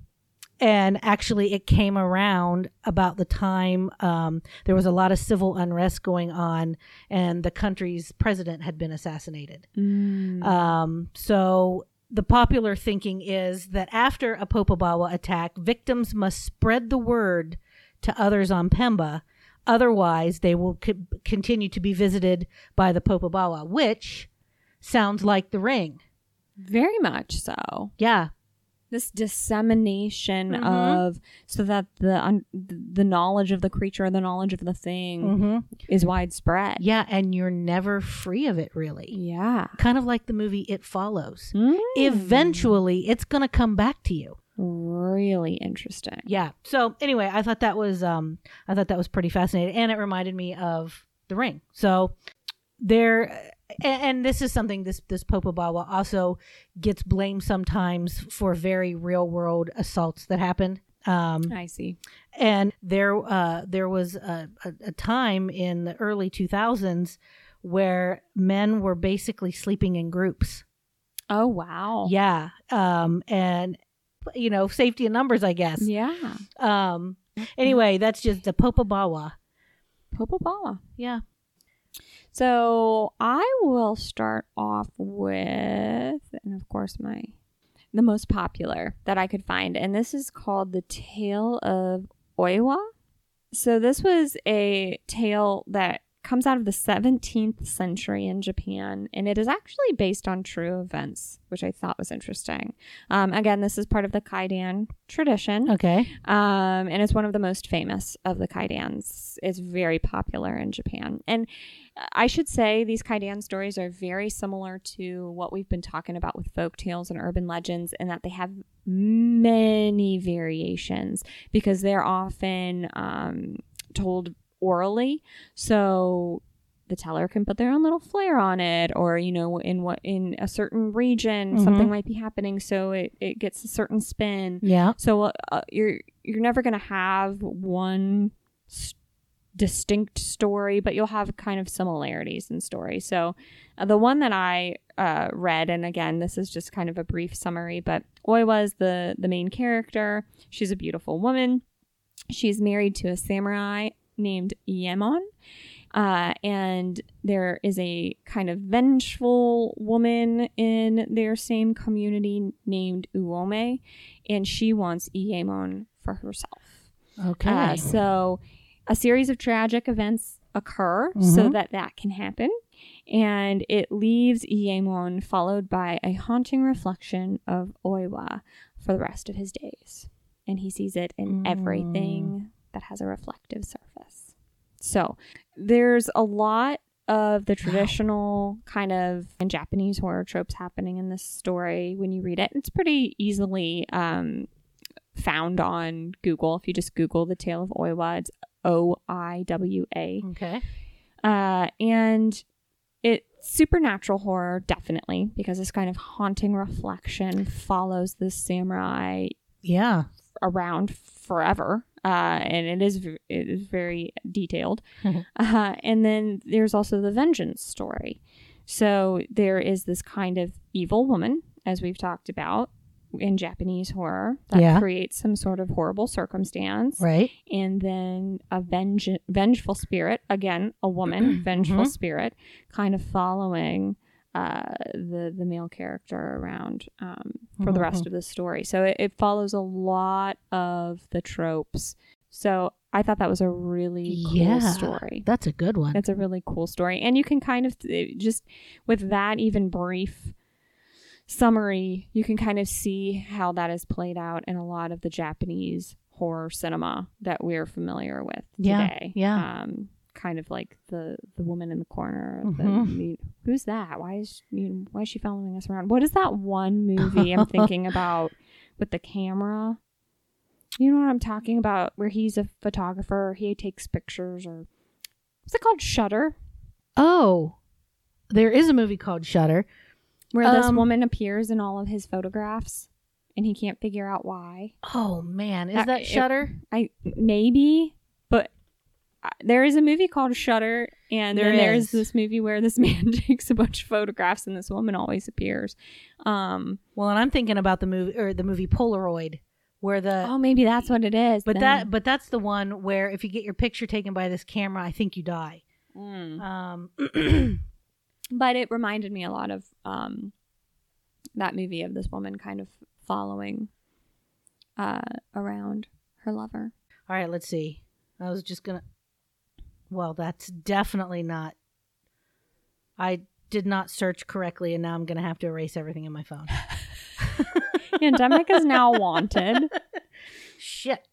A: and actually, it came around about the time um, there was a lot of civil unrest going on, and the country's president had been assassinated.
B: Mm.
A: Um, so the popular thinking is that after a Popobawa attack, victims must spread the word to others on Pemba. Otherwise, they will co- continue to be visited by the Popobawa, which sounds like the ring.
B: Very much so.
A: Yeah.
B: This dissemination
A: Mhm.
B: of so that the un- the knowledge of the creature, the knowledge of the thing,
A: Mm-hmm.
B: is widespread.
A: Yeah. And you're never free of it, really.
B: Yeah.
A: kind of like the movie It Follows.
B: Mm.
A: Eventually, it's going to come back to you.
B: Really interesting.
A: Yeah. So anyway, I thought that was um I thought that was pretty fascinating and it reminded me of The Ring. So there and, and this is something this this Popobawa also gets blamed sometimes for very real world assaults that happened. Um
B: I see.
A: and there uh, there was a, a, a time in the early 2000s where men were basically sleeping in groups.
B: Oh wow.
A: Yeah. Um, and you know, safety in numbers, I guess.
B: Yeah.
A: Um, anyway, that's just the Popobawa.
B: Popobawa.
A: Yeah.
B: So I will start off with, and of course, my the most popular that I could find, and this is called the Tale of Oiwa. So this was a tale that comes out of the 17th century in Japan, and it is actually based on true events, which I thought was interesting. Um, again, this is part of the kaidan tradition,
A: Okay.
B: um, and it's one of the most famous of the kaidans. It's very popular in Japan, and I should say these kaidan stories are very similar to what we've been talking about with folk tales and urban legends, in that they have many variations because they're often um, told orally. So the teller can put their own little flair on it, or you know, in what in a certain region
A: Mhm.
B: something might be happening, so it, it gets a certain spin.
A: Yeah.
B: So uh, uh, you're you're never going to have one s- distinct story, but you'll have kind of similarities in story. So uh, the one that I uh, read, and again, this is just kind of a brief summary, but Oi was the the main character. She's a beautiful woman. She's married to a samurai named Yemon. Uh, and there is a kind of vengeful woman in their same community named Uome, and she wants Iemon for herself.
A: Okay.
B: Uh, so a series of tragic events occur so
A: Mhm.
B: that that can happen. And it leaves Iemon followed by a haunting reflection of Oiwa for the rest of his days. And he sees it in everything that has a reflective surface. So there's a lot of the traditional kind of and Japanese horror tropes happening in this story when you read it. It's pretty easily um, found on Google. If you just Google the tale of Oiwa, it's O I W A.
A: okay.
B: Uh, and it supernatural horror definitely because this kind of haunting reflection follows this samurai
A: Yeah.
B: around forever. Uh, and it is v- it is very detailed. uh, and then there's also the vengeance story. So there is this kind of evil woman, as we've talked about in Japanese horror, that
A: Yeah.
B: creates some sort of horrible circumstance,
A: Right.
B: and then a venge- vengeful spirit, again a woman, vengeful
A: Mhm.
B: spirit, kind of following uh, the the male character around um, for the rest of the story. So it, it follows a lot of the tropes. So I thought that was a really cool
A: Yeah.
B: story.
A: That's a good one.
B: It's a really cool story, and you can kind of it just with that even brief summary, you can kind of see how that is played out in a lot of the Japanese horror cinema that we're familiar with
A: Yeah,
B: today.
A: yeah.
B: um, kind of like the the woman in the corner. the-
A: Mhm.
B: the- who's that? Why is you, why is she following us around? What is that one movie I'm thinking about with the camera? You know what I'm talking about? Where he's a photographer, he takes pictures, or what's it called? Shutter.
A: Oh, there is a movie called Shutter.
B: where this
A: Um,
B: woman appears in all of his photographs and he can't figure out why
A: Oh man, is
B: Uh,
A: that
B: it-
A: Shutter?
B: i maybe but uh, there is a movie called shutter and
A: There
B: then there's
A: is.
B: this movie where this man takes a bunch of photographs and this woman always appears um
A: Well, and I'm thinking about the movie or the movie Polaroid, where the
B: oh maybe that's what it is
A: but
B: then.
A: that but that's the one where if you get your picture taken by this camera, I think you die.
B: Mm.
A: Um,
B: but it reminded me a lot of um that movie of this woman kind of following uh around her lover
A: all right, let's see. I was just gonna. Well, that's definitely not. I did not search correctly, and now I'm gonna have to erase everything in my phone.
B: pandemic is now wanted
A: Shit.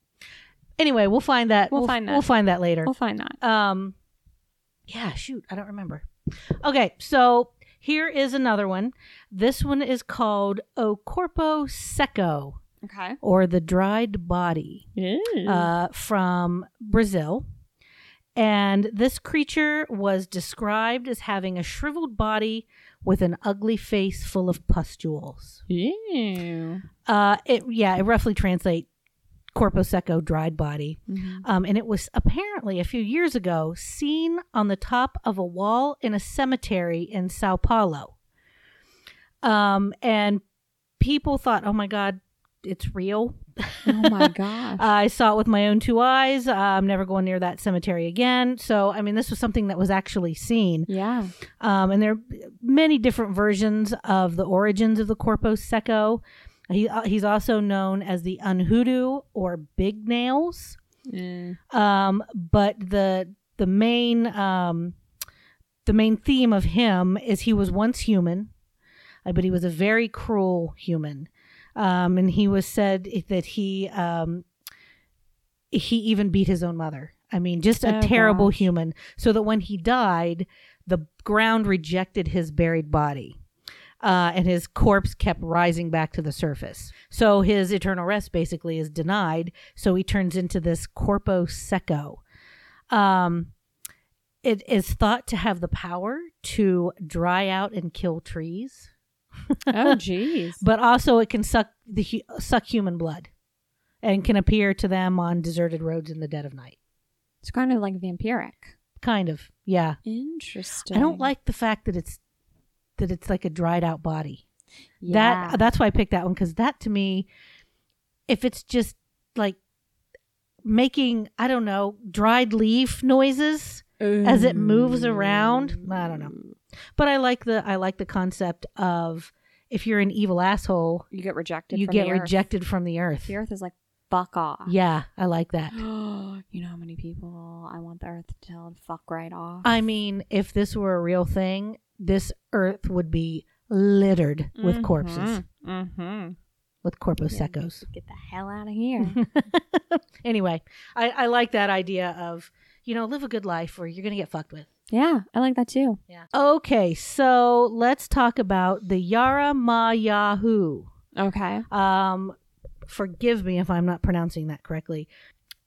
A: Anyway, we'll find that.
B: We'll find that.
A: We'll find that later.
B: we'll find that
A: Um, yeah, shoot, I don't remember. Okay, so here is another one. This one is called O Corpo Seco,
B: okay
A: or the dried body,
B: Mm-hmm.
A: uh, from Brazil. And this creature was described as having a shriveled body with an ugly face full of pustules.
B: Ew.
A: Uh, it yeah, it roughly translates corpo seco, dried body. Um, and it was apparently a few years ago seen on the top of a wall in a cemetery in Sao Paulo. Um, and people thought, oh my God, it's real.
B: Oh my gosh.
A: I saw it with my own two eyes. I'm never going near that cemetery again. So, I mean, this was something that was actually seen.
B: yeah.
A: Um, and there are many different versions of the origins of the Corpo Seco. He, uh, he's also known as the Unhoodoo or Big Nails. Um, but the the main um, the main theme of him is he was once human, uh, but he was a very cruel human. Um, and he was said that he um, he even beat his own mother. I mean, just a
B: Oh,
A: terrible
B: gosh.
A: human. So that when he died, the ground rejected his buried body, uh, and his corpse kept rising back to the surface. So his eternal rest basically is denied. So he turns into this corpo secco. Um, it is thought to have the power to dry out and kill trees,
B: Oh, jeez.
A: but also it can suck the hu- suck human blood, and can appear to them on deserted roads in the dead of night.
B: it's kind of like vampiric.
A: Kind of, yeah.
B: Interesting.
A: I don't like the fact that it's that it's like a dried out body.
B: yeah.
A: That that's why I picked that one because that to me, if it's just like making I don't know dried leaf noises, as it moves around. I don't
B: Mm.
A: know. but I like the I like the concept of if you're an evil asshole,
B: You get rejected.
A: you
B: from
A: get
B: the earth.
A: rejected from the earth.
B: The earth is like, fuck off.
A: Yeah, I like that.
B: you know how many people I want the earth to tell and fuck right off.
A: I mean, if this were a real thing, this earth would be littered with corpses,
B: Mm-hmm.
A: with corposecos.
B: Get the hell out of here.
A: anyway, I, I like that idea of, you know, live a good life or you're going to get fucked with.
B: yeah, I like that too.
A: Yeah. Okay, so let's talk about the Yara Ma Yahoo.
B: Okay.
A: Um, forgive me if I'm not pronouncing that correctly.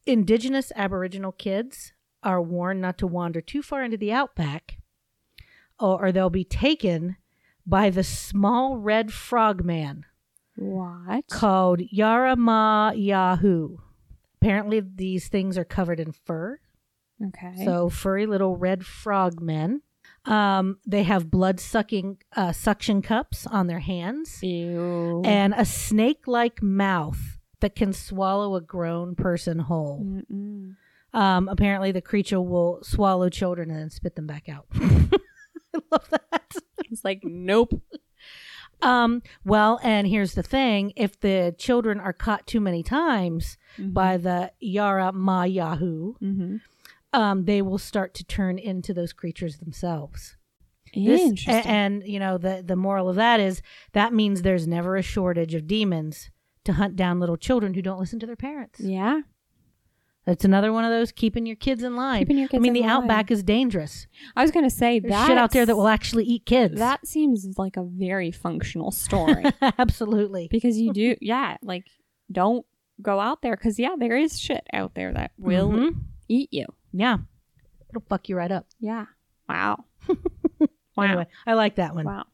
A: Indigenous Aboriginal kids are warned not to wander too far into the outback, or, or they'll be taken by the small red frogman
B: What?
A: called Yarama Yahoo. Apparently, these things are covered in fur,
B: okay.
A: so furry little red frogmen. Um, they have blood sucking uh, suction cups on their hands
B: Ew.
A: and a snake like mouth that can swallow a grown person whole.
B: Mm-mm.
A: Um, apparently, the creature will swallow children and then spit them back out. I love that.
B: It's like, nope.
A: Um, well, and here's the thing if the children are caught too many times by the Yara Ma Yahoo,
B: Mm-hmm.
A: um, they will start to turn into those creatures themselves. This- eh,
B: Interesting.
A: a- and you know the the moral of that is that means there's never a shortage of demons to hunt down little children who don't listen to their parents.
B: yeah.
A: That's another one of those keeping your kids in line.
B: Keeping your
A: I
B: kids
A: mean,
B: in
A: the
B: line.
A: outback is dangerous.
B: I was gonna say
A: There's
B: that
A: shit out there that will actually eat kids.
B: That seems like a very functional story
A: Absolutely.
B: because you do, yeah. Like, don't go out there because yeah, there is shit out there that will
A: Mhm.
B: eat you.
A: Yeah. It'll fuck you right up.
B: Yeah. Wow. wow.
A: Anyway, I like that one.
B: Wow.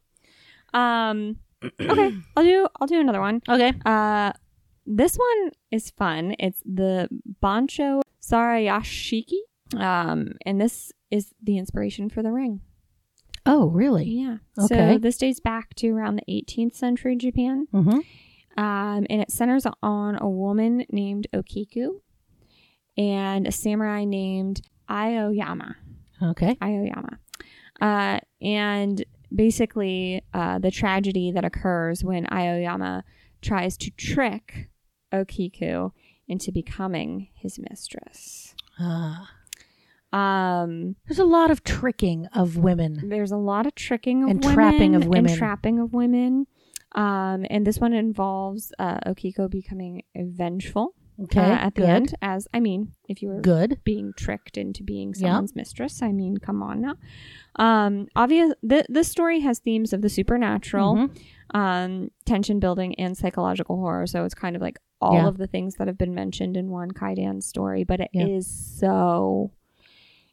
B: Um. Okay. I'll do. I'll do another one.
A: Okay.
B: Uh, this one is fun. It's the Bancho Sarayashiki. Um, and this is the inspiration for the ring.
A: Oh, really?
B: Yeah.
A: Okay.
B: So this dates back to around the 18th century Japan.
A: Mm-hmm.
B: Um, and it centers on a woman named Okiku and a samurai named Aoyama.
A: Okay.
B: Aoyama. Uh, and basically, uh, the tragedy that occurs when Aoyama tries to trick Okiku into becoming his mistress.
A: Ah.
B: Um,
A: there's a lot of tricking of women.
B: there's a lot of tricking of
A: And
B: women
A: trapping of women.
B: and trapping of women. Um, and this one involves uh, Okiko becoming vengeful
A: Okay.
B: uh, at the
A: good.
B: end. As I mean, if you were
A: Good.
B: being tricked into being
A: Yeah.
B: someone's mistress. I mean, come on now. Um, obvious. Th- this story has themes of the supernatural,
A: Mhm.
B: um, tension building, and psychological horror. So it's kind of like all
A: Yeah.
B: of the things that have been mentioned in one Kaidan story. But it is
A: Yeah.
B: so.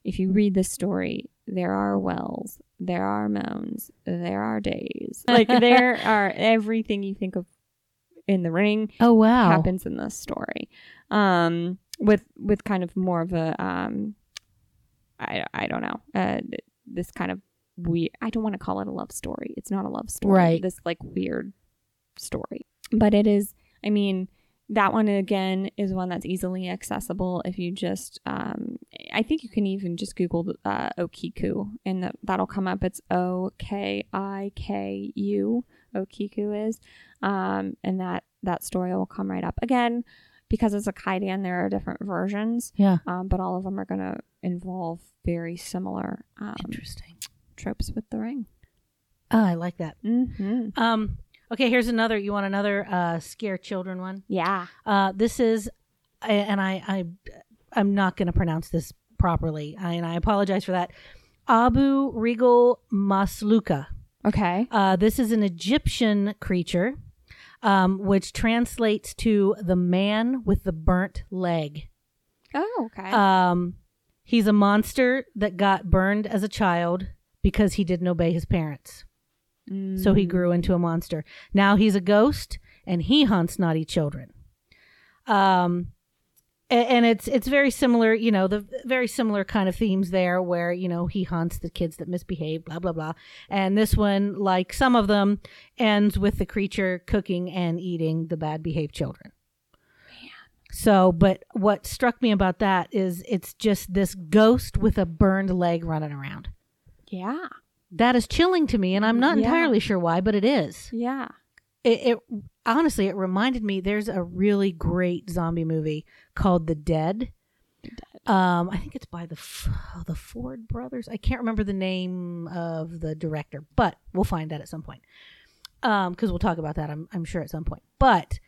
B: If you read this story, there are wells, there are mounds, there are days. Like there are everything you think of in the ring
A: Oh, wow.
B: happens in this story um with with kind of more of a um i i don't know uh th- this kind of we i don't want to call it a love story it's not a love story
A: Right.
B: this like weird story but it is i mean that one again is one that's easily accessible if you just um i think you can even just google uh okiku and that, that'll come up it's o-k-i-k-u okiku is um, and that that story will come right up again because it's a kaidan there are different versions
A: Yeah.
B: um, but all of them are going to involve very similar um,
A: Interesting.
B: tropes with the ring.
A: Ah, I like that.
B: Mm-hmm.
A: Um, okay, here's another. You want another uh, scare children one?
B: Yeah.
A: Uh, this is, I- and I, I I'm not going to pronounce this properly, I, and I apologize for that. Abu Regal Masluka.
B: Okay.
A: Uh, this is an Egyptian creature, um, which translates to the man with the burnt leg.
B: Oh, okay.
A: Um, he's a monster that got burned as a child because he didn't obey his parents.
B: Mm.
A: So he grew into a monster. Now he's a ghost and he hunts naughty children. Um a- and it's it's very similar, you know, the very similar kind of themes there where, you know, he hunts the kids that misbehave, blah blah blah. And this one, like some of them, ends with the creature cooking and eating the bad behaved children. So, but what struck me about that is it's just this ghost with a burned leg running around.
B: yeah.
A: That is chilling to me, and I'm not
B: Yeah.
A: entirely sure why, but it is
B: Yeah.
A: it, it honestly it reminded me there's a really great zombie movie called The Dead. Um, I think it's by the F- oh, the Ford brothers. I can't remember the name of the director, but we'll find that at some point. Um, because we'll talk about that, I'm I'm sure at some point. But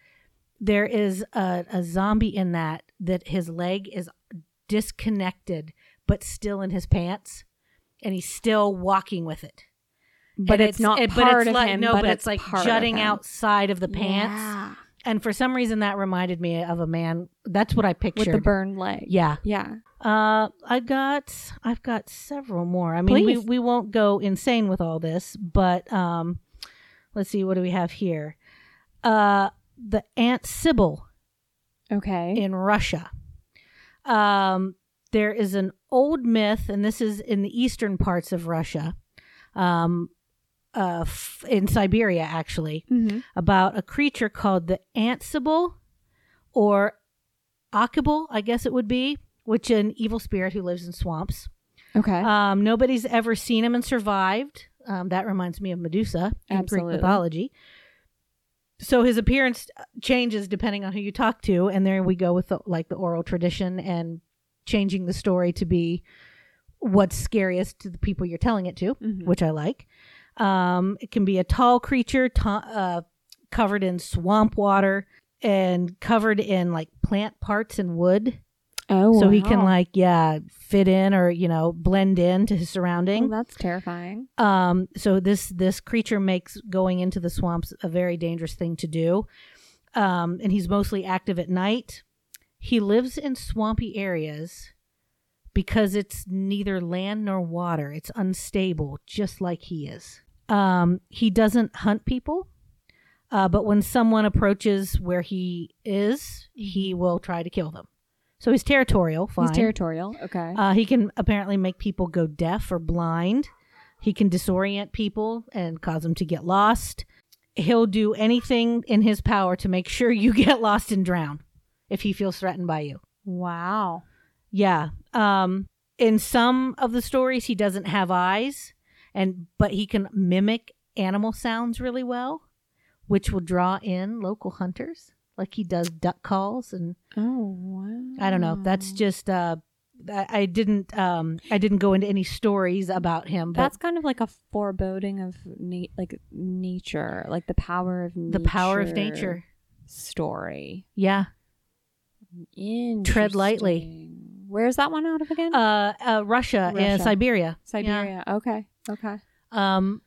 A: there is a, a zombie in that that his leg is disconnected, but still in his pants, and he's still walking with it
B: But
A: and
B: it's, not
A: it-
B: part
A: it's
B: of
A: like,
B: him.
A: No,
B: but,
A: it's, like
B: part of
A: jutting
B: him.
A: outside of the pants.
B: Yeah.
A: And for some reason, that reminded me of a man. That's what I
B: with
A: pictured.
B: the burned leg.
A: Yeah.
B: Yeah.
A: Uh, I got. I've got several more. I mean, we,
B: Please.
A: we won't go insane with all this, but um, let's see. What do we have here? Uh, the Aunt Sybil
B: Okay.
A: in Russia. Um, there is an old myth, and this is in the eastern parts of Russia, um, uh, f- in Siberia actually,
B: mm-hmm.
A: about a creature called the Ansible or Akibal, I guess it would be, which is an evil spirit who lives in swamps.
B: Okay.
A: Um, nobody's ever seen him and survived. Um, that reminds me of Medusa in
B: Absolutely.
A: Greek mythology. So his appearance changes depending on who you talk to, and there we go with the, like the oral tradition and changing the story to be what's scariest to the people you're telling it to,
B: Mhm.
A: which I like. Um, it can be a tall creature ta- uh, covered in swamp water and covered in like plant parts and wood
B: oh.
A: so he can
B: wow.
A: like yeah fit in or you know blend into his
B: Well,
A: surrounding
B: Oh, that's terrifying.
A: um so this this creature makes going into the swamps a very dangerous thing to do um and he's mostly active at night he lives in swampy areas because it's neither land nor water it's unstable just like he is um he doesn't hunt people uh, but when someone approaches where he is he will try to kill them so he's territorial fine
B: He's territorial. Okay.
A: uh, he can apparently make people go deaf or blind. He can disorient people and cause them to get lost. He'll do anything in his power to make sure you get lost and drown if he feels threatened by you.
B: wow.
A: Yeah. Um, in some of the stories, he doesn't have eyes, and but he can mimic animal sounds really well, which will draw in local hunters. Like he does duck calls, and
B: Oh wow.
A: I don't know. That's
B: Mm.
A: just uh, I, I didn't um, I didn't go into any stories about him, but
B: That's kind of like a foreboding of na- like nature, like the power of
A: the power of nature.
B: story.
A: Yeah.
B: Interesting.
A: lightly.
B: Where's that one out of again?
A: Uh, uh Russia,
B: Russia.
A: and Siberia. Yeah.
B: Siberia. Okay. Okay.
A: Um,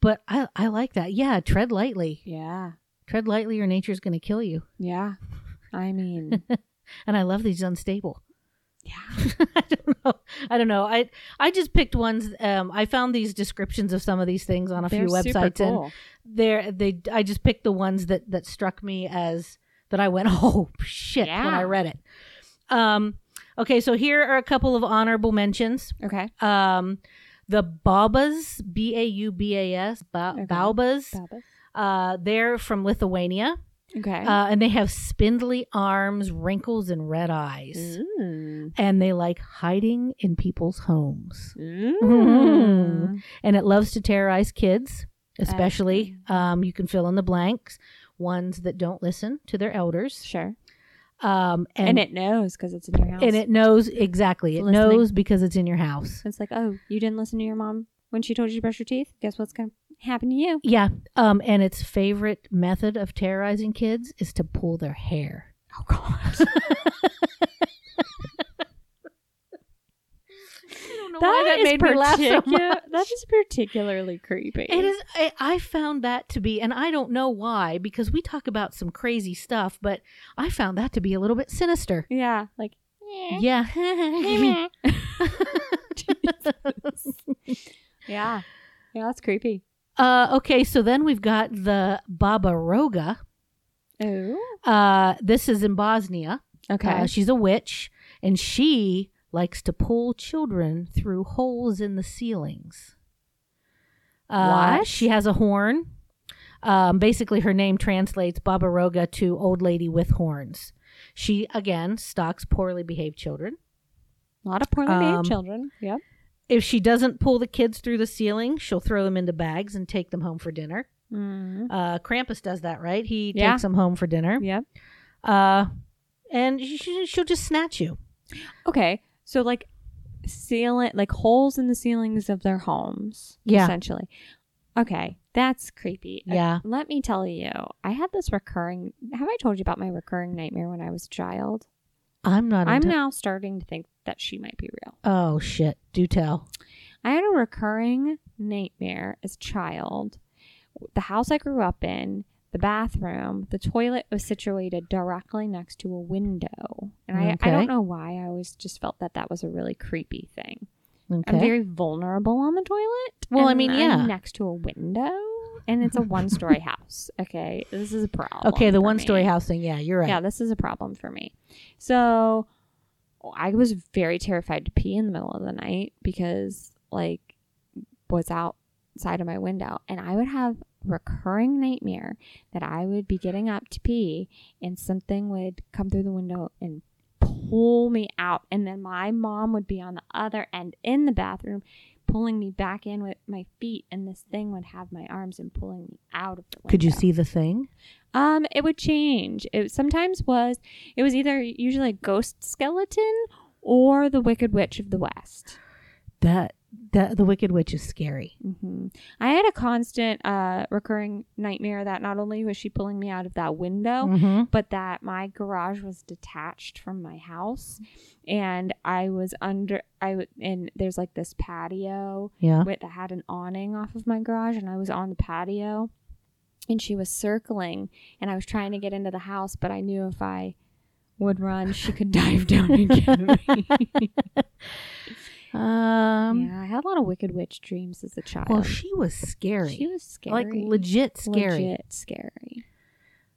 A: but I I like that. Yeah, tread lightly.
B: Yeah.
A: Tread lightly, or nature's going to kill you.
B: Yeah. I mean,
A: And I love these unstable.
B: yeah.
A: I don't know. I don't know. I I just picked ones. Um, I found these descriptions of some of these things on a few
B: They're super
A: websites, and
B: cool.
A: they're they. I just picked the ones that that struck me as that I went, oh shit, when
B: Yeah.
A: I read it. Um, okay, so here are a couple of honorable mentions.
B: Okay.
A: Um, the Baubas, B A U B A S, Ba-
B: Okay.
A: Baubas.
B: Babas.
A: Uh, they're from Lithuania,
B: Okay.
A: uh, and they have spindly arms, wrinkles, and red eyes
B: Mm.
A: and they like hiding in people's homes.
B: Mm.
A: And it loves to terrorize kids, especially um, you can fill in the blanks ones that don't listen to their elders.
B: Sure.
A: Um,
B: And,
A: and,
B: it knows because it's in your house.
A: and it knows exactly. It
B: Listening.
A: knows because it's in your house.
B: It's like, oh, you didn't listen to your mom. when she told you to brush your teeth, guess what's going to happen to you?
A: Yeah. Um, and its favorite method of terrorizing kids is to pull their hair.
B: Oh, God.
A: Why
B: that is
A: so
B: particu-
A: much.
B: That is particularly creepy.
A: It is. I, I found that to be, and I don't know why, because we talk about some crazy stuff, but I found that to be a little bit sinister.
B: Yeah, like.
A: Yeah.
B: yeah. Yeah, that's creepy.
A: uh, okay, so then we've got the Baba Roga.
B: Oh.
A: Uh, this is in Bosnia.
B: Okay.
A: Uh, she's a witch, and she likes to pull children through holes in the ceilings. Uh,
B: What?
A: She has a horn. Um, basically, her name translates Baba Roga to old lady with horns. She, again, stalks poorly behaved children.
B: a lot of poorly behaved
A: um,
B: children. Yep.
A: If she doesn't pull the kids through the ceiling, she'll throw them into bags and take them home for dinner.
B: Mm.
A: Uh, Krampus does that, right? He
B: Yeah.
A: takes them home for dinner.
B: Yep.
A: Uh, and she, she'll just snatch you.
B: Okay. So like ceiling like holes in the ceilings of their homes.
A: Yeah.
B: Essentially. Okay. That's creepy. Uh,
A: Yeah.
B: Let me tell you, I had this recurring have I told you about my recurring nightmare when I was a child?
A: I'm not.
B: I'm
A: into-
B: now starting to think that she might be real.
A: Oh shit! Do tell.
B: I had a recurring nightmare as a child. The house I grew up in, the bathroom, the toilet was situated directly next to a window. And I, I
A: Okay.
B: don't know why. I always just felt that that was a really creepy thing.
A: Okay.
B: I'm very vulnerable on the toilet.
A: Well, I
B: and
A: mean,
B: I'm
A: yeah.
B: next to a window. And it's a one story house. Okay. This is a problem.
A: okay, the
B: for
A: one
B: me.
A: story house thing. Yeah, you're right.
B: Yeah, this is a problem for me. So I was very terrified to pee in the middle of the night because like was outside of my window and I would have recurring nightmare that I would be getting up to pee and something would come through the window and pull me out and then my mom would be on the other end in the bathroom pulling me back in with my feet and this thing would have my arms and pulling me out of the window.
A: Could you see the thing?
B: Um, it would change. It sometimes was it was either usually a ghost skeleton or the Wicked Witch of the West.
A: That that the Wicked Witch is scary.
B: hmm I had a constant, uh, recurring nightmare that not only was she pulling me out of that window,
A: Mm-hmm.
B: but that my garage was detached from my house, and I was under I w- and there's like this patio,
A: Yeah.
B: with that had an awning off of my garage and I was on the patio and she was circling and I was trying to get into the house but I knew if I would run she could dive down and get me.
A: Um.
B: yeah, I had a lot of wicked witch dreams as a child.
A: Well, she was scary.
B: She was scary.
A: Like legit scary.
B: Legit scary.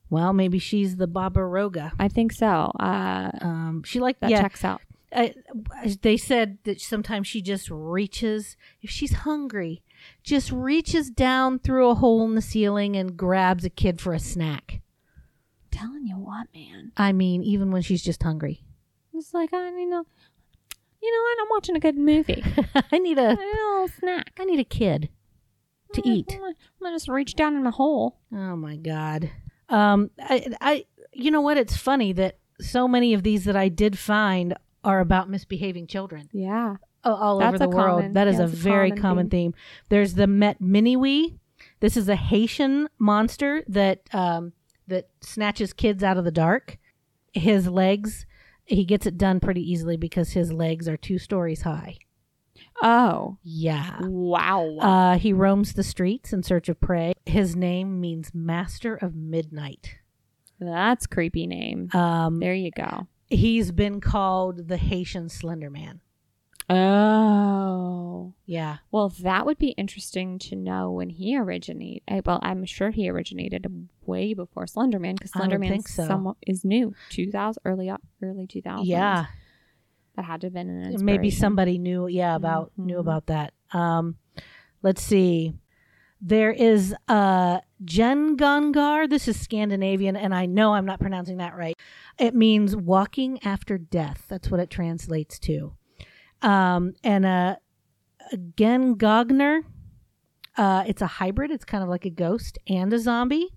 A: Well, maybe she's the Baba Roga.
B: I think so. Uh
A: Um, she like
B: that
A: yeah.
B: checks out.
A: I, I- they said that sometimes she just reaches if she's hungry, just reaches down through a hole in the ceiling and grabs a kid for a snack.
B: telling you what, man.
A: I mean, even when she's just hungry.
B: It's like I you know you know what, I'm watching a good movie.
A: I need
B: I
A: a
B: need a little snack.
A: I need a kid to eat.
B: I'm gonna- I'm gonna just reach down in my hole.
A: Oh my god. Um I I you know what it's funny that so many of these that I did find are about misbehaving children
B: Yeah.
A: a- Oh, all
B: That's
A: over the
B: a
A: world.
B: common-
A: that is
B: yeah,
A: a
B: it's a
A: very
B: common
A: common theme. There's the Met Miniwee. This is a Haitian monster that um that snatches kids out of the dark. His legs he gets it done pretty easily because his legs are two stories high.
B: Oh.
A: Yeah.
B: Wow.
A: Uh, he roams the streets in search of prey. His name means Master of Midnight.
B: That's creepy name.
A: Um,
B: There you go.
A: he's been called the Haitian Slender Man.
B: Oh.
A: Yeah.
B: Well, that would be interesting to know when he originated. Well, I'm sure he originated way before Slenderman because
A: I would
B: Slenderman
A: think so.
B: somewhat is new. 2000 early early 2000s.
A: Yeah.
B: That had to have been an
A: Maybe
B: inspiration.
A: somebody knew. Yeah, about knew
B: Mhm.
A: about that. Um, let's see. There is uh, Gengongar. This is Scandinavian, and I know I'm not pronouncing that right. It means walking after death. That's what it translates to. Um, and uh, Gengogner, uh, it's a hybrid. It's kind of like a ghost and a zombie.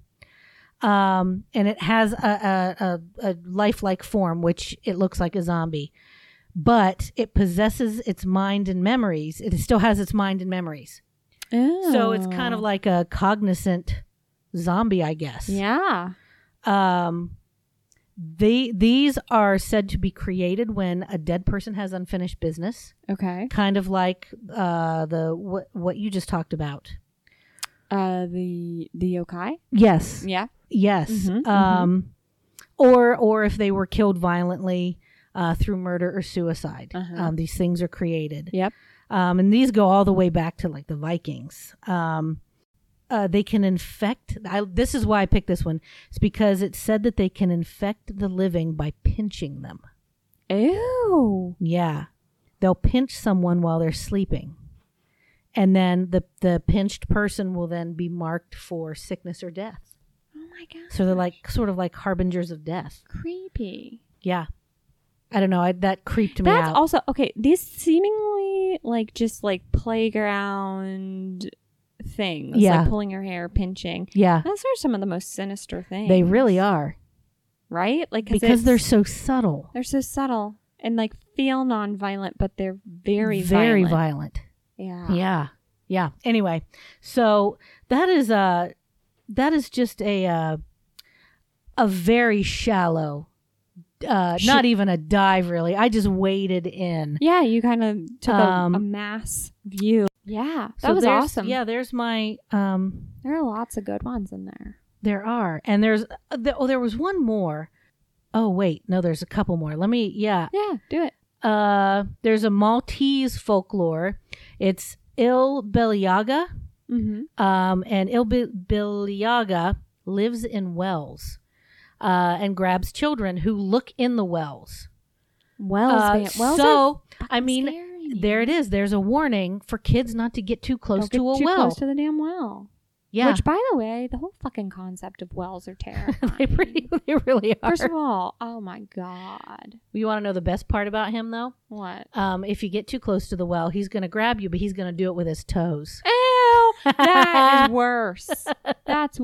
A: Um, and it has a, a, a, a lifelike form, which it looks like a zombie, but it possesses its mind and memories. It still has its mind and memories. So it's kind
B: Oh.
A: of like a cognizant zombie, I guess.
B: yeah.
A: Um, they, these are said to be created when a dead person has unfinished business,
B: Okay.
A: kind of like uh, the what what you just talked about.
B: Uh, the the yokai.
A: Yes,
B: Yeah.
A: yes.
B: Mhm,
A: um, or or if they were killed violently uh, through murder or suicide,
B: Uh-huh.
A: um, these things are created.
B: Yep.
A: Um, and these go all the way back to like the Vikings. Um, uh, they can infect. I, this is why I picked this one. It's because it said that they can infect the living by pinching them.
B: Ew.
A: Yeah. They'll pinch someone while they're sleeping. And then the, the pinched person will then be marked for sickness or death.
B: Oh my god.
A: So they're like sort of like harbingers of death.
B: creepy.
A: Yeah. I don't know. I, that creeped me
B: That's
A: out.
B: also okay. These seemingly like just like playground things.
A: Yeah.
B: Like pulling your hair, pinching.
A: yeah.
B: Those are some of the most sinister things.
A: They really are
B: right? Like 'cause
A: because
B: it's-
A: they're so subtle.
B: they're so subtle and like feel non-violent, but they're very
A: very violent.
B: violent. Yeah.
A: Yeah. Yeah. Anyway, so that is uh that is just a uh, a very shallow uh
B: Sh-
A: not even a dive really. I just waded in.
B: Yeah, you kind of took
A: Um,
B: a, a mass view. Yeah, that
A: So
B: was
A: there's-
B: awesome.
A: Yeah, there's my um
B: There are lots of good ones in there.
A: there are. And there's uh, the, oh there was one more. Oh wait, no there's a couple more. Let me yeah.
B: Yeah, do it.
A: Uh there's a Maltese folklore. It's Il Beliaga.
B: Mm-hmm.
A: Um, and Ilbiliaga lives in wells uh, and grabs children who look in the wells.
B: Wells,
A: Uh,
B: man. Wells are
A: so, I
B: fucking
A: mean,
B: scary.
A: there it is. There's a warning for kids not to get too
B: Don't
A: close
B: get
A: to a
B: too
A: well.
B: Close to the damn well.
A: yeah,
B: Which, by the way, the whole fucking concept of wells are terrifying.
A: they, pretty, they really are.
B: First of all, oh my god,
A: you want to know the best part about him, though?
B: what?
A: Um, if you get too close to the well, he's going to grab you, but he's going to do it with his toes.
B: Ew, that is worse. That's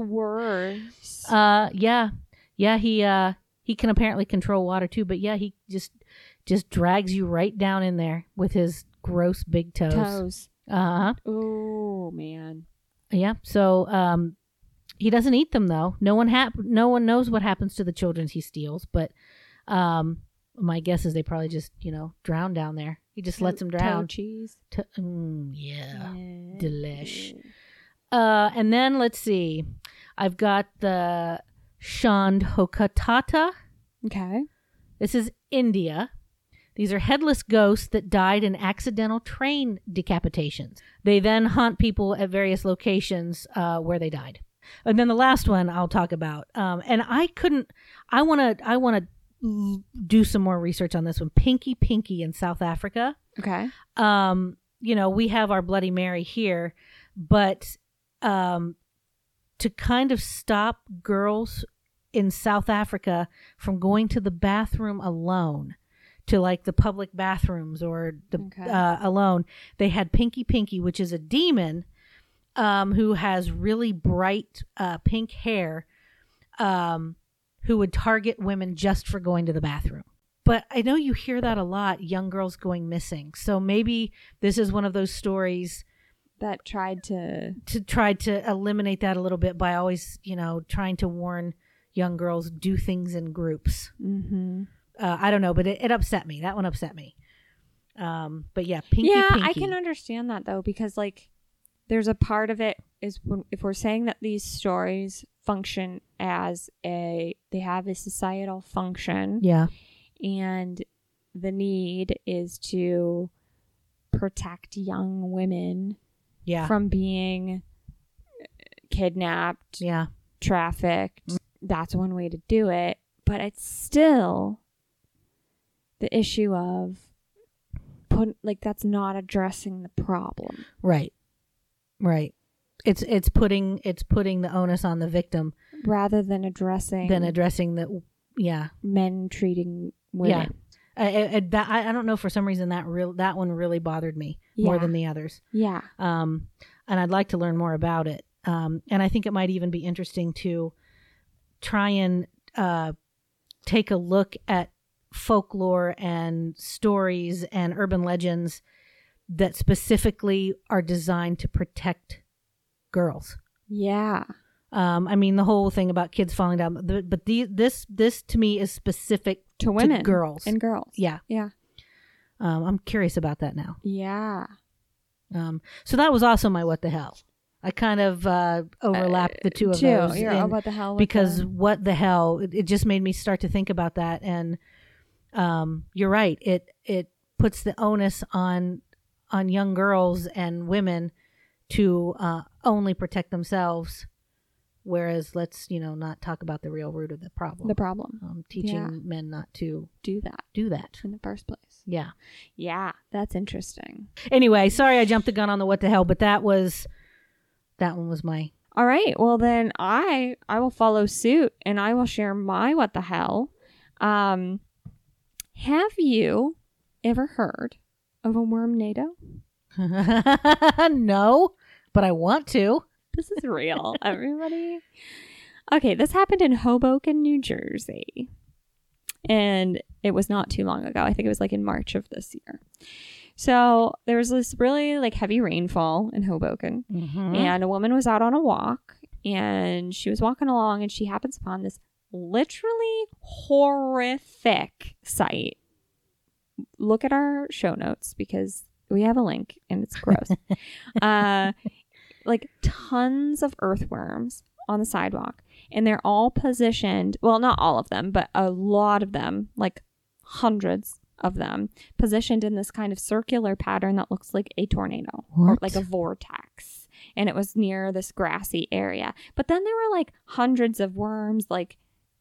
B: worse.
A: Uh, yeah, yeah. He uh, he can apparently control water too, but yeah, he just just drags you right down in there with his gross big toes.
B: Toes.
A: Uh huh.
B: Oh man.
A: Yeah. So um, he doesn't eat them though. No one hap- No one knows what happens to the children he steals, but um, my guess is they probably just you know drown down there. He just lets them
B: Toe
A: drown.
B: cheese.
A: To- mm, yeah.
B: Mm.
A: delish.
B: Yeah.
A: Uh, and then let's see. I've got the Shand Hokatata.
B: Okay.
A: This is India. These are headless ghosts that died in accidental train decapitations. They then haunt people at various locations uh, where they died. And then the last one I'll talk about. Um, and I couldn't. I want to. I want to do some more research on this one. Pinky Pinky in South Africa.
B: Okay.
A: Um, you know, we have our Bloody Mary here, but um, to kind of stop girls in South Africa from going to the bathroom alone, to like the public bathrooms or the
B: Okay.
A: uh, alone, they had Pinky Pinky, which is a demon um, who has really bright uh, pink hair, um, who would target women just for going to the bathroom. But I know you hear that a lot, young girls going missing. So maybe this is one of those stories
B: That tried to.
A: to try to eliminate that a little bit by always, you know, trying to warn young girls do things in groups.
B: Mm-hmm.
A: Uh, I don't know, but it, it upset me. That one upset me. Um, but yeah, pinky,
B: yeah, I
A: Pinky.
B: can understand that though because like, there's a part of it is when, if we're saying that these stories function as a they have a societal function
A: Yeah,
B: and the need is to protect young women
A: yeah,
B: from being kidnapped
A: yeah.
B: trafficked. That's one way to do it. But it's still the issue of put like that's not addressing the problem.
A: Right, right. It's it's putting it's putting the onus on the victim
B: Rather than addressing
A: than addressing the yeah.
B: men treating women.
A: Yeah. I, I, I- that, I I don't know for some reason that real that one really bothered me more
B: Yeah.
A: than the others.
B: Yeah.
A: um, and I'd like to learn more about it. Um, and I think it might even be interesting to try and uh, take a look at folklore and stories and urban legends that specifically are designed to protect girls.
B: Yeah.
A: Um, I mean, the whole thing about kids falling down, but, but the, this this to me is specific
B: To women.
A: girls.
B: And girls.
A: Yeah,
B: Yeah.
A: um, I'm curious about that now.
B: Yeah.
A: Um, so that was also my what the hell. I kind of uh, overlapped the two of
B: Two.
A: those
B: You're,
A: and-
B: oh, what the hell? with
A: because
B: the-
A: what the hell? It, it just made me start to think about that, and um, you're right. It it puts the onus on on young girls and women to uh, only protect themselves, whereas let's you know not talk about the real root of the problem.
B: the problem.
A: um, teaching
B: Yeah.
A: men not to
B: Do that
A: do that.
B: in the first place.
A: Yeah.
B: Yeah. That's interesting.
A: Anyway, sorry I jumped the gun on the what the hell, but that was that one was my
B: All right. Well, then I I will follow suit and I will share my what the hell. Um, have you ever heard of a worm NATO?
A: no, but I want to.
B: This is real, everybody. Okay, this happened in Hoboken, New Jersey. And it was not too long ago. I think it was like in March of this year. So there was this really like heavy rainfall in Hoboken.
A: Mm-hmm.
B: and a woman was out on a walk and she was walking along and she happens upon this literally horrific sight look at our show notes because we have a link and it's gross uh, like tons of earthworms on the sidewalk and they're all positioned well not all of them but a lot of them like hundreds of them positioned in this kind of circular pattern that looks like a tornado or
A: What?
B: like a vortex and it was near this grassy area but then there were like hundreds of worms like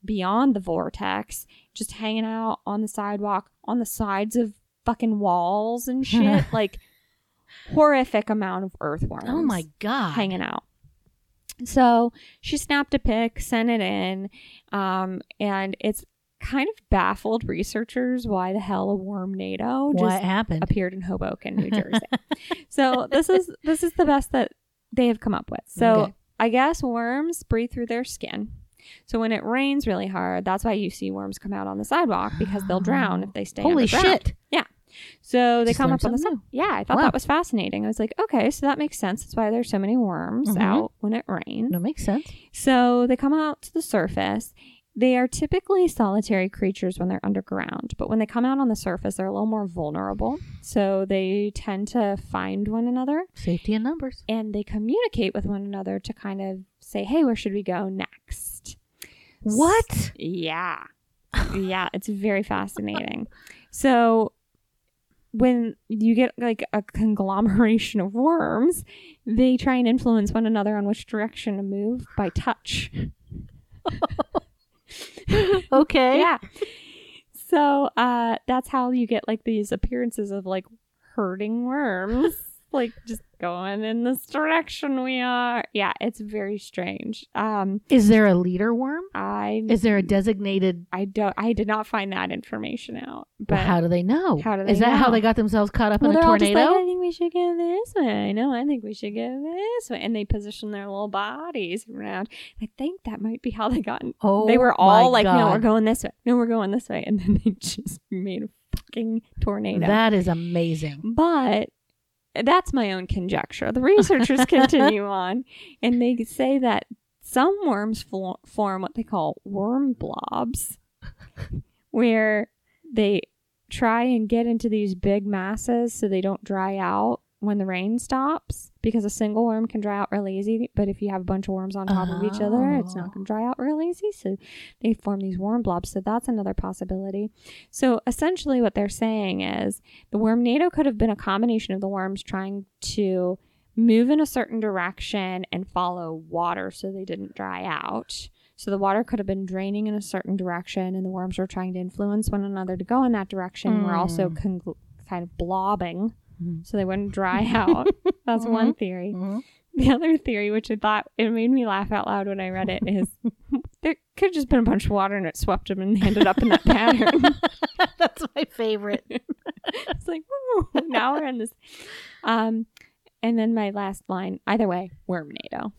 B: beyond the vortex just hanging out on the sidewalk on the sides of fucking walls and shit like horrific amount of earthworms
A: oh my god.
B: hanging out. So she snapped a pic, sent it in, um, and it's kind of baffled researchers why the hell a warm NATO
A: what
B: just
A: happened?
B: appeared in Hoboken, New Jersey. so this is this is the best that they have come up with. So
A: Okay.
B: I guess worms breathe through their skin. So when it rains really hard, that's why you see worms come out on the sidewalk because they'll drown if they stay.
A: Holy
B: underground.
A: shit.
B: So they
A: Just
B: come
A: learned
B: up on the
A: something
B: side. Yeah, I thought
A: Wow.
B: that was fascinating. I was like, okay, so that makes sense. That's why there's so many worms
A: Mhm.
B: out when it rains.
A: That makes sense.
B: So they come out to the surface. They are typically solitary creatures when they're underground, but when they come out on the surface, they're a little more vulnerable. So they tend to find one another
A: Safety in numbers.
B: and they communicate with one another to kind of say, hey, where should we go next?
A: What?
B: Yeah. Yeah, it's very fascinating. So when you get like a conglomeration of worms, they try and influence one another on which direction to move by touch.
A: Okay.
B: Yeah. So uh that's how you get like these appearances of like hurting worms. like just going in this direction we are. Yeah, it's very strange. Um
A: Is there a leader worm?
B: I
A: Is there a designated?
B: I don't I did not find that information out. But
A: Well, how do they know?
B: How do
A: Is
B: they
A: that how
B: know?
A: they got themselves caught up in a
B: they're all just
A: tornado?
B: Like, I think we should go this way. No, I think we should go this way. And they position their little bodies around. I think that might be how they got. In.
A: oh,
B: they were all
A: my
B: like, "No, we're
A: God.
B: going this way. No, we're going this way." And then they just made a fucking tornado.
A: That is amazing.
B: but that's my own conjecture. The researchers continue on, and they say that some worms fo- form what they call worm blobs, where they try and get into these big masses so they don't dry out when the rain stops because a single worm can dry out real easy but if you have a bunch of worms on top of each other it's
A: Oh.
B: not going to dry out real easy so they form these worm blobs so that's another possibility so essentially what they're saying is the worm nato could have been a combination of the worms trying to move in a certain direction and follow water so they didn't dry out so the water could have been draining in a certain direction, and the worms were trying to influence one another to go in that direction. We're also
A: Mm.
B: con- kind of blobbing,
A: Mhm.
B: so they wouldn't dry out. That's one theory.
A: Mhm.
B: The other theory, which I thought it made me laugh out loud when I read it, is there could have just been a bunch of water and it swept them and they ended up in that pattern.
A: That's my favorite.
B: it's like, woo, now we're in this. Um, and then my last line, either way, worm NATO.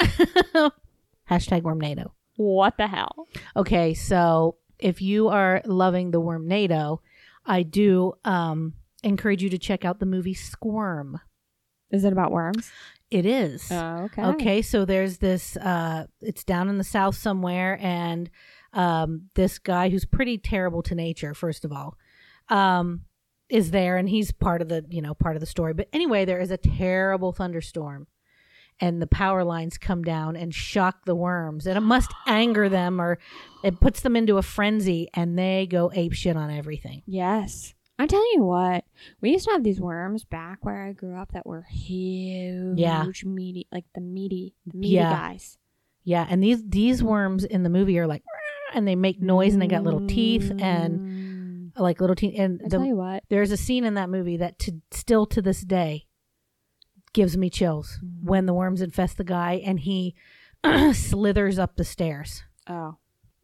A: Hashtag wormnado.
B: What the hell?
A: Okay, so if you are loving the wormnado, I do. Um, encourage you to check out the movie Squirm.
B: Is it about worms?
A: It is.
B: Oh, okay.
A: Okay, so there's this. Uh, it's down in the south somewhere, and um, this guy who's pretty terrible to nature, first of all, um, is there, and he's part of the you know part of the story. But anyway, there is a terrible thunderstorm, and the power lines come down and shock the worms, and it must anger them, or it puts them into a frenzy, and they go ape shit on everything.
B: Yes. I'm telling you what, we used to have these worms back where I grew up that were huge,
A: Yeah.
B: meaty, like the meaty, the meaty
A: Yeah.
B: guys.
A: Yeah, and these these worms in the movie are like, "Rah," and they make noise, and they got little teeth and
B: and
A: like little teeth, and
B: Mm. I
A: the
B: tell you what,
A: there's a scene in that movie that to still to this day gives me chills
B: Mm-hmm.
A: when the worms infest the guy and he slithers up the stairs.
B: oh,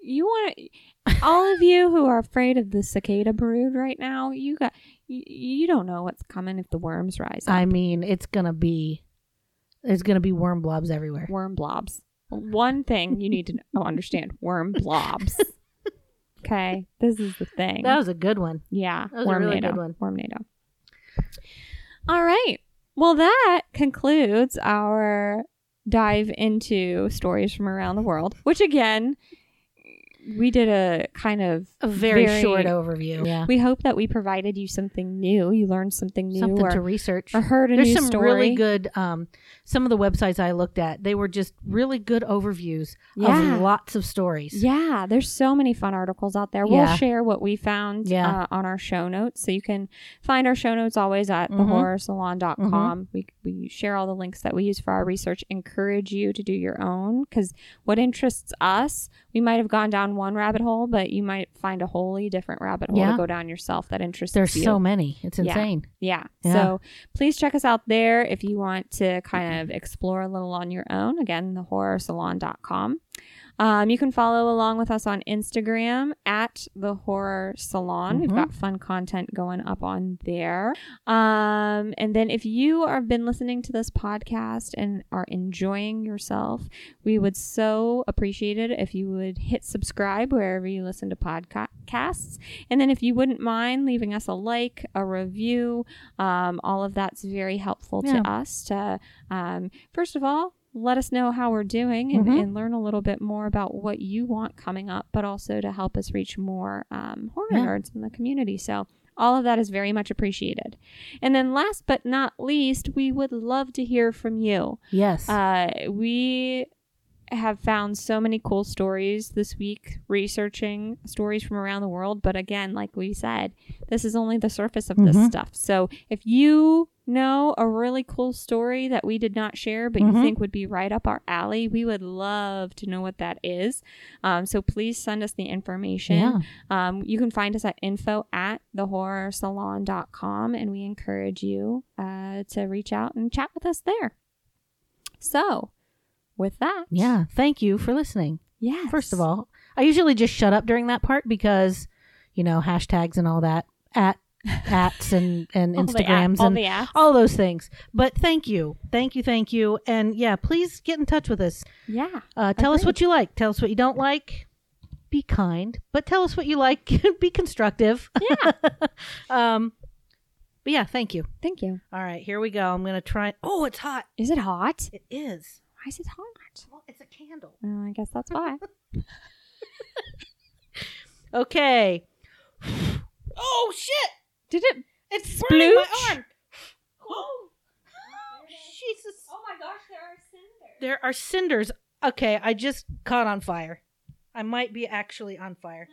B: you want to, all of you who are afraid of the cicada brood right now, you got, you, you don't know what's coming if the worms rise up.
A: I mean, it's gonna be there's gonna be worm blobs everywhere.
B: worm blobs. One thing you need to know, understand: worm blobs. Okay, this is the thing.
A: That was a good one.
B: Yeah,
A: That was a really good one.
B: Wormnado. All right. Well, that concludes our dive into stories from around the world, which again, we did a kind of
A: A very,
B: Very-
A: short overview. Yeah,
B: We hope that we provided you something new. You learned something new,
A: something
B: or,
A: to research.
B: or heard a
A: There's
B: new
A: some
B: story.
A: really good. Um, some of the websites I looked at, they were just really good overviews
B: Yeah.
A: of lots of stories.
B: Yeah, there's so many fun articles out there.
A: Yeah.
B: We'll share what we found
A: Yeah.
B: uh, on our show notes. So you can find our show notes always at
A: Mhm.
B: thehorrorsalon.com.
A: Mm-hmm.
B: We, we share all the links that we use for our research, encourage you to do your own because what interests us, we might have gone down one rabbit hole, but you might find a wholly different rabbit hole
A: Yeah.
B: to go down yourself that interests
A: There's
B: you.
A: so many. It's
B: Yeah.
A: insane.
B: Yeah.
A: Yeah.
B: So please check us out there if you want to kind of explore a little on your own. Again, thehorrorsalon.com. Um, you can follow along with us on Instagram at the Horror Salon. We've
A: Mhm.
B: got fun content going up on there. Um, and then if you have been listening to this podcast and are enjoying yourself, we would so appreciate it if you would hit subscribe wherever you listen to podcasts. And then if you wouldn't mind leaving us a like, a review, um, all of that's very helpful
A: Yeah.
B: to us to, um, first of all, let us know how we're doing and,
A: Mhm.
B: and learn a little bit more about what you want coming up, but also to help us reach more um, horror
A: Yeah.
B: nerds in the community. So, all of that is very much appreciated. And then, last but not least, we would love to hear from you.
A: Yes.
B: Uh, we have found so many cool stories this week researching stories from around the world. But again, like we said, this is only the surface of this
A: Mhm.
B: stuff. So if you know a really cool story that we did not share, but you
A: Mhm.
B: think would be right up our alley, we would love to know what that is. Um, so please send us the information.
A: yeah.
B: Um, you can find us at info at thehorrorsalon.com, and we encourage you uh, to reach out and chat with us there. So, with that,
A: Yeah. Thank you for listening.
B: yes.
A: First of all, I usually just shut up during that part because, you know, hashtags and all that, at ats and and
B: All the app-
A: Instagrams
B: all
A: and
B: the apps.
A: all those things. But thank you, thank you, thank you, and yeah, please get in touch with us.
B: yeah,
A: Uh, tell us
B: Agreed.
A: what you like. Tell us what you don't like. Be kind, but tell us what you like. Be constructive.
B: yeah.
A: Um, but yeah, thank you.
B: Thank you.
A: All right, here we go. I'm gonna try. Oh, it's hot.
B: Is it hot?
A: It is.
B: Why is it hot?
A: Well, it's a candle.
B: Well, I guess that's why.
A: Okay. Oh shit!
B: Did it?
A: It's burning my
B: Splooch.
A: arm. Oh, Jesus.
B: Oh my gosh, there are cinders.
A: There are cinders. Okay, I just caught on fire. I might be actually on fire.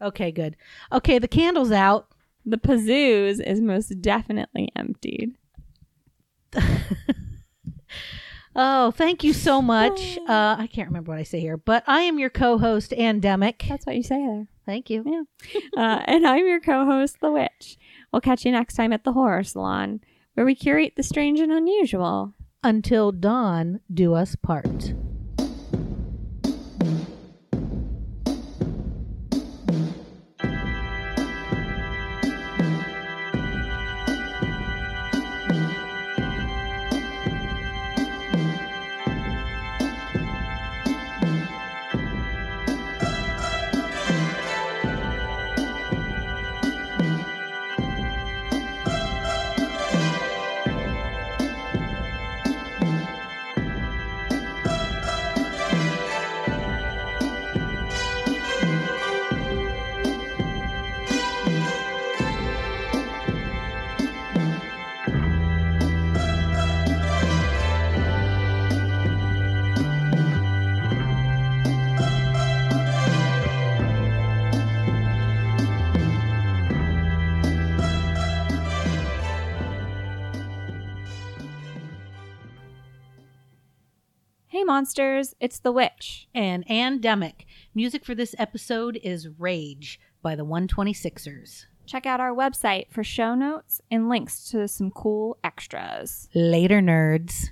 A: Okay, good. Okay, the candle's out.
B: The pazoos is most definitely emptied.
A: Oh, thank you so much. Uh, I can't remember what I say here, but I am your co-host, Andemic.
B: That's what you say there.
A: Thank you.
B: uh, and I'm your co host, The Witch. We'll catch you next time at the Horror Salon, where we curate the strange and unusual.
A: Until dawn, do us part.
B: monsters. It's the witch.
A: and Andemic. Music for this episode is Rage by the 126ers.
B: Check out our website for show notes and links to some cool extras.
A: Later, nerds.